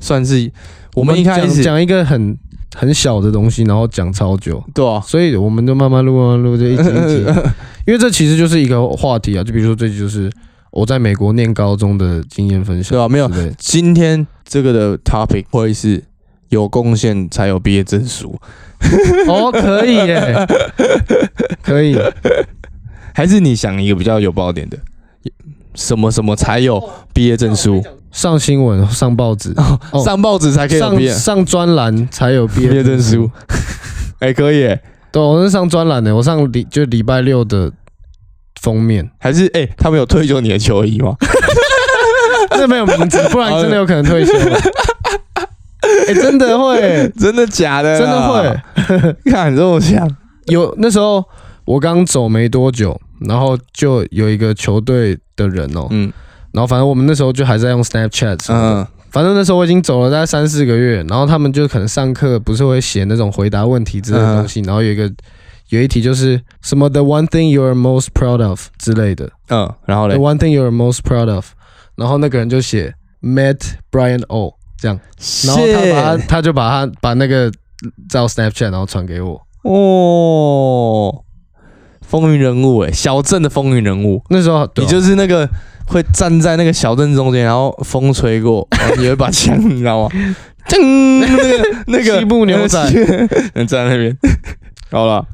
[SPEAKER 1] 算是我们一开
[SPEAKER 2] 讲
[SPEAKER 1] 始
[SPEAKER 2] 讲一个很很小的东西，然后讲超久，
[SPEAKER 1] 对啊，
[SPEAKER 2] 所以我们就慢慢录，慢慢录，
[SPEAKER 1] *laughs*
[SPEAKER 2] 就一集一集，因为这其实就是一个话题啊。就比如说这集就是我在美国念高中的经验分享，
[SPEAKER 1] 对啊没有
[SPEAKER 2] 之类的
[SPEAKER 1] 今天这个的 topic 会是有贡献才有毕业证书，
[SPEAKER 2] 哦，可
[SPEAKER 1] *laughs*
[SPEAKER 2] 以耶，可以，
[SPEAKER 1] 还是你想一个比较有爆点的？什么什么才有
[SPEAKER 2] 哦
[SPEAKER 1] 毕业证书，
[SPEAKER 2] 上新闻、上报纸、哦
[SPEAKER 1] 上报纸才可以有
[SPEAKER 2] 上
[SPEAKER 1] 毕业
[SPEAKER 2] 上专栏才有毕
[SPEAKER 1] 毕业
[SPEAKER 2] 业
[SPEAKER 1] 证书。 *laughs* 哎、可以耶、
[SPEAKER 2] 对，啊我是上专栏的，我上礼就礼拜六的封面，
[SPEAKER 1] 还是哎、他们有退休你的球衣吗？
[SPEAKER 2] 这没有名字，不然真的有可能退休。
[SPEAKER 1] *laughs*
[SPEAKER 2] 哎、真的会、
[SPEAKER 1] *laughs* 真的假的？
[SPEAKER 2] 真的会。。
[SPEAKER 1] 看这么像，
[SPEAKER 2] 有那时候我刚走没多久，然后就有一个球队的人哦、
[SPEAKER 1] 嗯
[SPEAKER 2] 然后反正我们那时候就还在用 Snapchat 什么的
[SPEAKER 1] 嗯
[SPEAKER 2] 反正那时候我已经走了大概三四个月，然后他们就可能上课不是会写那种回答问题之类的东
[SPEAKER 1] 嗯
[SPEAKER 2] 西，然后有一个有一题就是什么 the one thing you are most proud of 之类的
[SPEAKER 1] 嗯，然后嘞
[SPEAKER 2] the，one thing you are most proud of，然后那个人就写 Matt Brian O 这样，然后他把他
[SPEAKER 1] Shit
[SPEAKER 2] 他就把他把那个照 Snapchat 然后传给我，
[SPEAKER 1] 哦，风云人物哎、小镇的风云人物，
[SPEAKER 2] 那时候对
[SPEAKER 1] 你
[SPEAKER 2] 啊
[SPEAKER 1] 就是那个会站在那个小镇中间，然后风吹 *laughs* 过，然后你有一把枪，你知 *laughs* 道吗？噔，那个那个
[SPEAKER 2] 西部牛仔
[SPEAKER 1] 那个西人 *laughs* 站在那边。好了，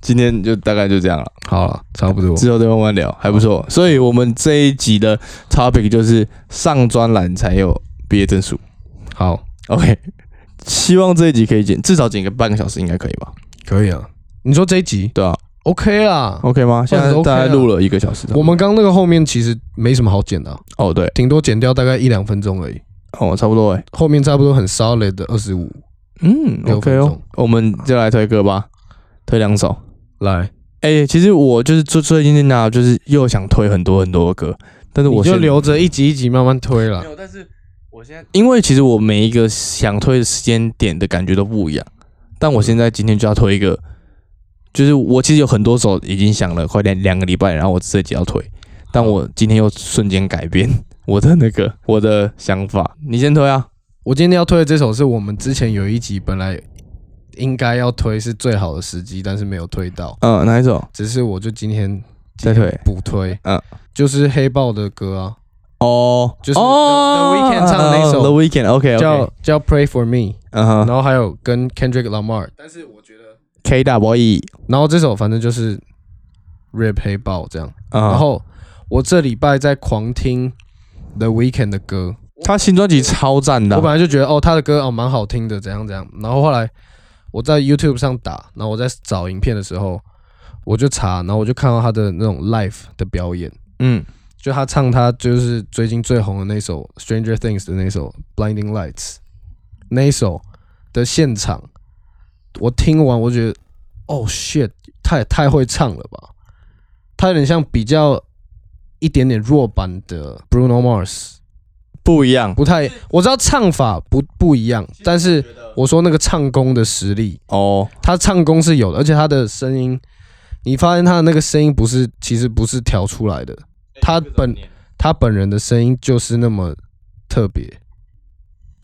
[SPEAKER 1] 今天就大概就这样了。
[SPEAKER 2] 好了，差不多。
[SPEAKER 1] 之后再慢慢聊，还不错。所以我们这一集的 topic 就是上专栏才有毕业证书。
[SPEAKER 2] 好，
[SPEAKER 1] OK，希望这一集可以剪，至少剪个半个小时应该可以吧？
[SPEAKER 2] 可以啊。你说这一集
[SPEAKER 1] 对啊
[SPEAKER 2] OK 啦，
[SPEAKER 1] ，OK 吗？现在
[SPEAKER 2] OK 啊
[SPEAKER 1] 大概录了一个小时。
[SPEAKER 2] 我们刚那个后面其实没什么好剪的啊、
[SPEAKER 1] 哦对
[SPEAKER 2] 顶多剪掉大概一两分钟而已。
[SPEAKER 1] 哦差不多哎，
[SPEAKER 2] 后面差不多很 solid 的二十五，
[SPEAKER 1] 嗯
[SPEAKER 2] 六
[SPEAKER 1] ，OK
[SPEAKER 2] 分
[SPEAKER 1] 哦
[SPEAKER 2] 钟，
[SPEAKER 1] 我们就来推歌吧，推两首。
[SPEAKER 2] 来，
[SPEAKER 1] 哎、其实我就是最最近呢、就是又想推很多很多的歌，但是
[SPEAKER 2] 你
[SPEAKER 1] 我
[SPEAKER 2] 就
[SPEAKER 1] 现
[SPEAKER 2] 留着一集一集慢慢推了。
[SPEAKER 1] 有，但是我现在啊因为其实我每一个想推的时间点的感觉都不一样，但我现在今天就要推一个，就是我其实有很多首已经想了快两两个礼拜，然后我自己要推，但我今天又瞬间改变我的那个我的想法，你先推啊，
[SPEAKER 2] 我今天要推的这首是我们之前有一集本来应该要推是最好的时机，但是没有推到，
[SPEAKER 1] 嗯，哪一首？
[SPEAKER 2] 只是我就今天
[SPEAKER 1] 再推
[SPEAKER 2] 补推，
[SPEAKER 1] 嗯，
[SPEAKER 2] 就是黑豹的歌啊，
[SPEAKER 1] 哦，
[SPEAKER 2] 就是
[SPEAKER 1] 哦
[SPEAKER 2] The- The Weeknd 唱的那首
[SPEAKER 1] 哦 The Weeknd，OK，、
[SPEAKER 2] 叫叫 Pray for Me，
[SPEAKER 1] 嗯哼、
[SPEAKER 2] 然后还有跟 Kendrick Lamar，但是我觉得，
[SPEAKER 1] k W E，
[SPEAKER 2] 然后这首反正就是 rap 黑豹这样，
[SPEAKER 1] 嗯
[SPEAKER 2] 然后我这礼拜在狂听 The Weeknd 的歌，
[SPEAKER 1] 他新专辑超赞的
[SPEAKER 2] 我本
[SPEAKER 1] 啊，
[SPEAKER 2] 来就觉得哦，他的歌哦蛮好听的，怎样怎样。然后后来我在 YouTube 上打，然后我在找影片的时候，我就查，然后我就看到他的那种 live 的表演，
[SPEAKER 1] 嗯
[SPEAKER 2] 就他唱他就是最近最红的那首《Stranger Things》的那首《Blinding Lights》那一首的现场，我听完我觉得，哦 shit，他也太会唱了吧！他有点像比较一点点弱版的 Bruno Mars。
[SPEAKER 1] 不一样，
[SPEAKER 2] 不太，我知道唱法不不一样，但是我说那个唱功的实力，
[SPEAKER 1] 哦，
[SPEAKER 2] 他唱功是有的，而且他的声音，你发现他的那个声音不是，其实不是调出来的，他本他本人的声音就是那么特别。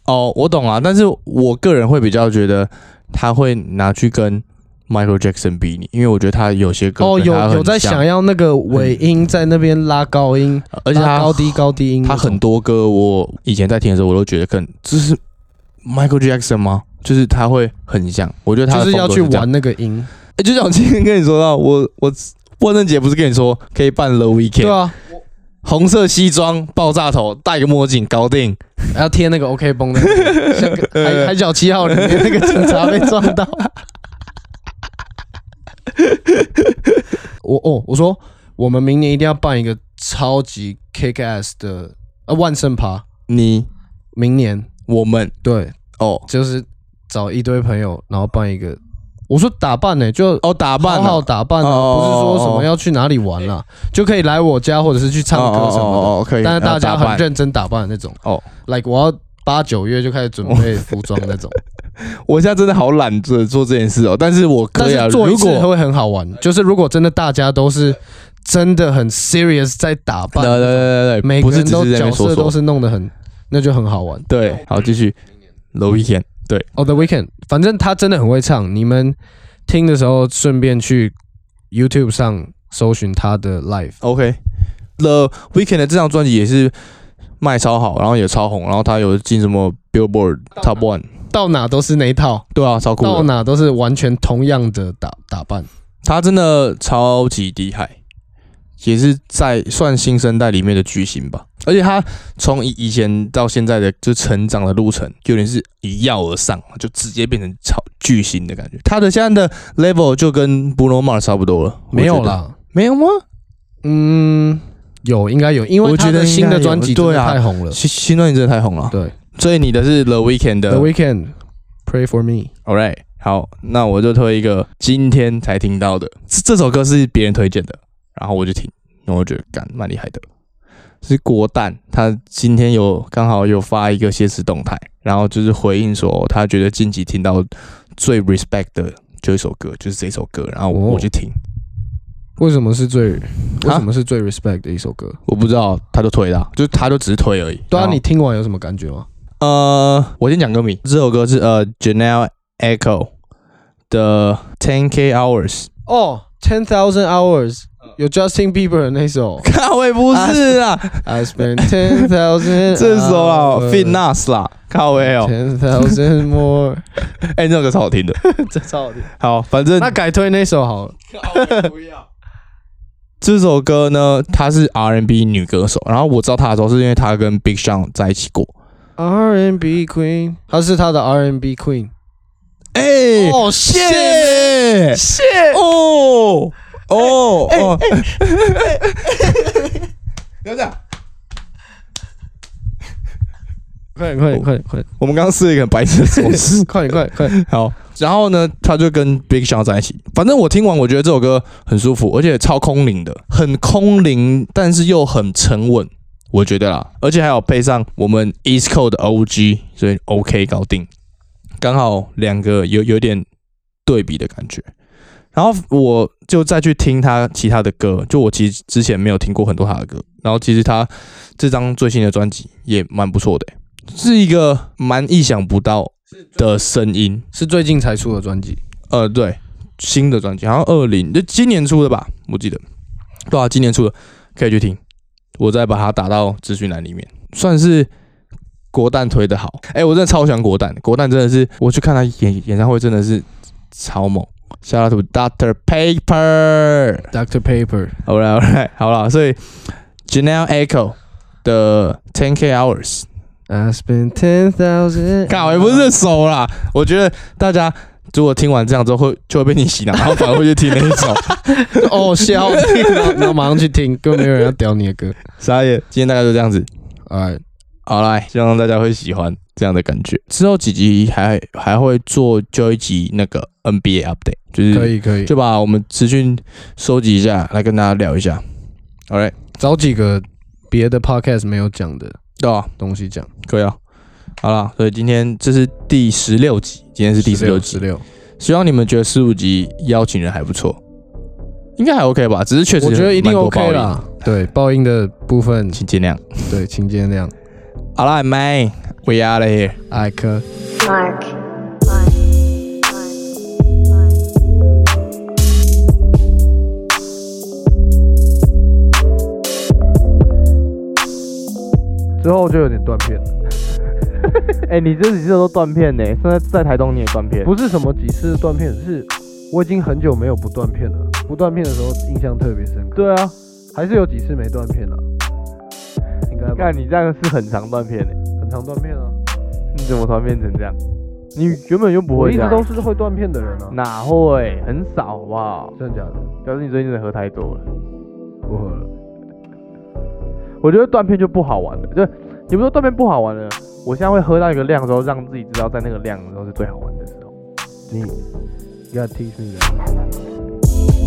[SPEAKER 1] 哦，我懂啊，但是我个人会比较觉得他会拿去跟 Michael Jackson 比你，因为我觉得他有些歌
[SPEAKER 2] 哦，
[SPEAKER 1] 跟
[SPEAKER 2] 有
[SPEAKER 1] 他很
[SPEAKER 2] 有在
[SPEAKER 1] 像嗯
[SPEAKER 2] 想，要那个尾音在那边拉高音，
[SPEAKER 1] 而且
[SPEAKER 2] 拉
[SPEAKER 1] 他
[SPEAKER 2] 高低高低音那
[SPEAKER 1] 他
[SPEAKER 2] 种，
[SPEAKER 1] 很多歌我以前在听的时候，我都觉得跟这是 Michael Jackson 吗？就是他会很像，我觉得他
[SPEAKER 2] 就
[SPEAKER 1] 的
[SPEAKER 2] 是要去
[SPEAKER 1] 风格这样。
[SPEAKER 2] 玩那个音。
[SPEAKER 1] 诶就像我今天跟你说到，我我万圣节不是跟你说可以办 The Weekend，
[SPEAKER 2] 对啊，
[SPEAKER 1] 红色西装、爆炸头、戴个墨镜，搞定。
[SPEAKER 2] 要贴那个 OK 绷的，像个海海角七号里面那个警察被撞到。我哦，我说我们明年一定要办一个超级 kick ass 的呃万圣趴，
[SPEAKER 1] 你
[SPEAKER 2] 明年
[SPEAKER 1] 我们
[SPEAKER 2] 对，
[SPEAKER 1] 哦
[SPEAKER 2] 就是找一堆朋友，然后办一个。我说打扮呢、就
[SPEAKER 1] 哦打扮
[SPEAKER 2] 好
[SPEAKER 1] 啊
[SPEAKER 2] 好打扮啊，
[SPEAKER 1] 哦
[SPEAKER 2] 不是说什
[SPEAKER 1] 哦哦
[SPEAKER 2] 么要去哪里玩啦、就可以来我家或者是去唱歌
[SPEAKER 1] 哦
[SPEAKER 2] 什
[SPEAKER 1] 哦
[SPEAKER 2] 么
[SPEAKER 1] 哦哦可以，
[SPEAKER 2] 的，但是大
[SPEAKER 1] 要
[SPEAKER 2] 家
[SPEAKER 1] 打扮
[SPEAKER 2] 很认真打扮的那种。
[SPEAKER 1] 哦
[SPEAKER 2] ，like 我要八九月就开始准备服装那种。
[SPEAKER 1] 我现在真的好懒得做这件事哦，但是我
[SPEAKER 2] 但
[SPEAKER 1] *laughs* 可以啊。
[SPEAKER 2] 是做一
[SPEAKER 1] 如
[SPEAKER 2] 次
[SPEAKER 1] 果
[SPEAKER 2] 会很好玩，就是如果真的大家都是真的很 serious 在打
[SPEAKER 1] 对
[SPEAKER 2] 扮，
[SPEAKER 1] 对对对对，
[SPEAKER 2] 每
[SPEAKER 1] 不
[SPEAKER 2] 个
[SPEAKER 1] 是
[SPEAKER 2] 人
[SPEAKER 1] 只
[SPEAKER 2] 都
[SPEAKER 1] 是在那
[SPEAKER 2] 角
[SPEAKER 1] 边说
[SPEAKER 2] 色都
[SPEAKER 1] 说，
[SPEAKER 2] 是弄得很，那就很好玩。
[SPEAKER 1] 对，好继续。楼一天，
[SPEAKER 2] 哦、t h e Weekend，反正他真的很会唱，你们听的时候顺便去 YouTube 上搜寻他的 live。
[SPEAKER 1] OK。The Weeknd 的这张专辑也是卖超好，然后也超红，然后他有进什么 Billboard Top One，
[SPEAKER 2] 到哪都是那一套，
[SPEAKER 1] 对啊，超酷
[SPEAKER 2] 到
[SPEAKER 1] 的。
[SPEAKER 2] 哪都是完全同样的打打扮。
[SPEAKER 1] 他真的超级厉害，也是在算新生代里面的巨星吧。而且他从以以前到现在的就成长的路程，有点是一跃而上，就直接变成超巨星的感觉。他的现在的 level 就跟 Bruno Mars 差不多了，我
[SPEAKER 2] 没有
[SPEAKER 1] 觉得，
[SPEAKER 2] 啦，
[SPEAKER 1] 没有吗？
[SPEAKER 2] 嗯，有应该有，因为
[SPEAKER 1] 我觉得
[SPEAKER 2] 他的新的
[SPEAKER 1] 应该有
[SPEAKER 2] 专辑真的
[SPEAKER 1] 对啊
[SPEAKER 2] 太红了。
[SPEAKER 1] 新新专辑真的太红了，
[SPEAKER 2] 对
[SPEAKER 1] 所以你的是 The Weeknd 的
[SPEAKER 2] ，The Weeknd Pray for Me，
[SPEAKER 1] All right，好，那我就推一个今天才听到的，这这首歌是别人推荐的，然后我就听，然后我觉得干蛮厉害的，是郭蛋，他今天有刚好有发一个现实动态，然后就是回应说他觉得近期听到最 respect 的就一首歌，就是这首歌，然后我
[SPEAKER 2] 哦
[SPEAKER 1] 我去听，
[SPEAKER 2] 为什么是最为什么是最 respect 的一首歌？
[SPEAKER 1] 我不知道他就推啦，就是他就只是推而已。
[SPEAKER 2] 对啊，
[SPEAKER 1] 然后
[SPEAKER 2] 你听完有什么感觉吗？
[SPEAKER 1] 呃，我先讲歌名，这首歌是呃 Janelle Echo 的 Ten K Hours。
[SPEAKER 2] *laughs* 哦，Ten Thousand Hours 有 Justin Bieber 的那 *laughs* 首
[SPEAKER 1] 靠位不是啦，
[SPEAKER 2] I Spent Ten *laughs*
[SPEAKER 1] *laughs*
[SPEAKER 2] Thousand，
[SPEAKER 1] 这首
[SPEAKER 2] 啊
[SPEAKER 1] 啦 f i t n a s 啦，靠位哦，
[SPEAKER 2] Ten Thousand More，
[SPEAKER 1] 哎，那首歌超好听的。
[SPEAKER 2] *laughs*
[SPEAKER 1] *laughs*
[SPEAKER 2] 这超好听。
[SPEAKER 1] 好，反正
[SPEAKER 2] 那改推那首好了。
[SPEAKER 1] 这首歌呢，她是 R&B 女歌手，然后我知道她的时候是因为她跟 Big Sean 在一起过。
[SPEAKER 2] R&B Queen，她是她的 R&B Queen。
[SPEAKER 1] 哎，
[SPEAKER 2] 哦，
[SPEAKER 1] 谢谢哦哦
[SPEAKER 2] 哎
[SPEAKER 1] 哦，不要这样，
[SPEAKER 2] 快点，快点，快点， *laughs* 快点，
[SPEAKER 1] 我们刚刚是一个很白痴的手势。
[SPEAKER 2] 快点，快点，快点！
[SPEAKER 1] *laughs* 好，然后呢，他就跟 Big Sean 在一起。反正我听完，我觉得这首歌很舒服，而且超空灵的，很空灵，但是又很沉稳，我觉得啦。而且还有配上我们 East Coast 的 OG，所以 OK 搞定，刚好两个有有点对比的感觉。然后我就再去听他其他的歌，就我其实之前没有听过很多他的歌。然后其实他这张最新的专辑也蛮不错的、是一个蛮意想不到的声音。
[SPEAKER 2] 是最近才出的专辑，
[SPEAKER 1] 呃，对，新的专辑好像二零，就今年出的吧，我记得。对啊，今年出的，可以去听。我再把它打到资讯栏里面，算是国蛋推的好。哎、我真的超喜欢国蛋，国蛋真的是，我去看他演演唱会真的是超猛。小拉图 Doctor Paper。
[SPEAKER 2] Doctor Paper，
[SPEAKER 1] 好了，好了，好了，所以 Janelle Echo 的 Ten K Hours，
[SPEAKER 2] I spent ten thousand。
[SPEAKER 1] 靠，也不 *laughs* 是手啦。我觉得大家如果听完这样之后会，就会被你洗脑，然后反而会去听那一首。
[SPEAKER 2] 哦，笑，然后马上去听，根本没有人要屌你的歌。
[SPEAKER 1] 傻眼，今天大概就这样子。
[SPEAKER 2] 哎，
[SPEAKER 1] 好啦，希望大家会喜欢这样的感觉。之后几集还还会做就一集那个 NBA update，就是
[SPEAKER 2] 可以可以，
[SPEAKER 1] 就把我们资讯收集一下，来跟大家聊一下。好嘞，
[SPEAKER 2] 找几个别的 podcast 没有讲的
[SPEAKER 1] 对啊，
[SPEAKER 2] 东西讲。
[SPEAKER 1] 可以啊。好啦，所以今天这是第十六集，今天是第十六集
[SPEAKER 2] 十，六，
[SPEAKER 1] 希望你们觉得十五集邀请人还不错，应该还 OK 吧？只是确实
[SPEAKER 2] 我觉得一定
[SPEAKER 1] 蛮多爆
[SPEAKER 2] OK
[SPEAKER 1] 音
[SPEAKER 2] 啦，。对，爆音的部分，
[SPEAKER 1] 请尽量。
[SPEAKER 2] 对，请见谅。
[SPEAKER 1] 好啦，man，we out of here。
[SPEAKER 2] 艾科。
[SPEAKER 3] Mark.
[SPEAKER 2] 我已经很久没有不断片了，不断片的时候印象特别深刻。对啊，还是有几次没断片啊了、应该吧
[SPEAKER 4] 看你这样是很长断片的，欸
[SPEAKER 2] 很常断片啊。
[SPEAKER 4] 你怎么突然变成这样？你原本就不
[SPEAKER 2] 我
[SPEAKER 4] 会
[SPEAKER 2] 一
[SPEAKER 4] 这
[SPEAKER 2] 直
[SPEAKER 4] 样，
[SPEAKER 2] 都是会断片的人啊。
[SPEAKER 4] 哪会很少好不好？
[SPEAKER 2] 真的假的？
[SPEAKER 4] 表示你最近真的喝太多了。
[SPEAKER 2] 不喝了。
[SPEAKER 4] 我觉得断片就不好玩了，就你不说断片不好玩了，我现在会喝到一个量之后，让自己知道在那个量的时候是最好玩的时候。
[SPEAKER 2] 你，you gotta teach me that。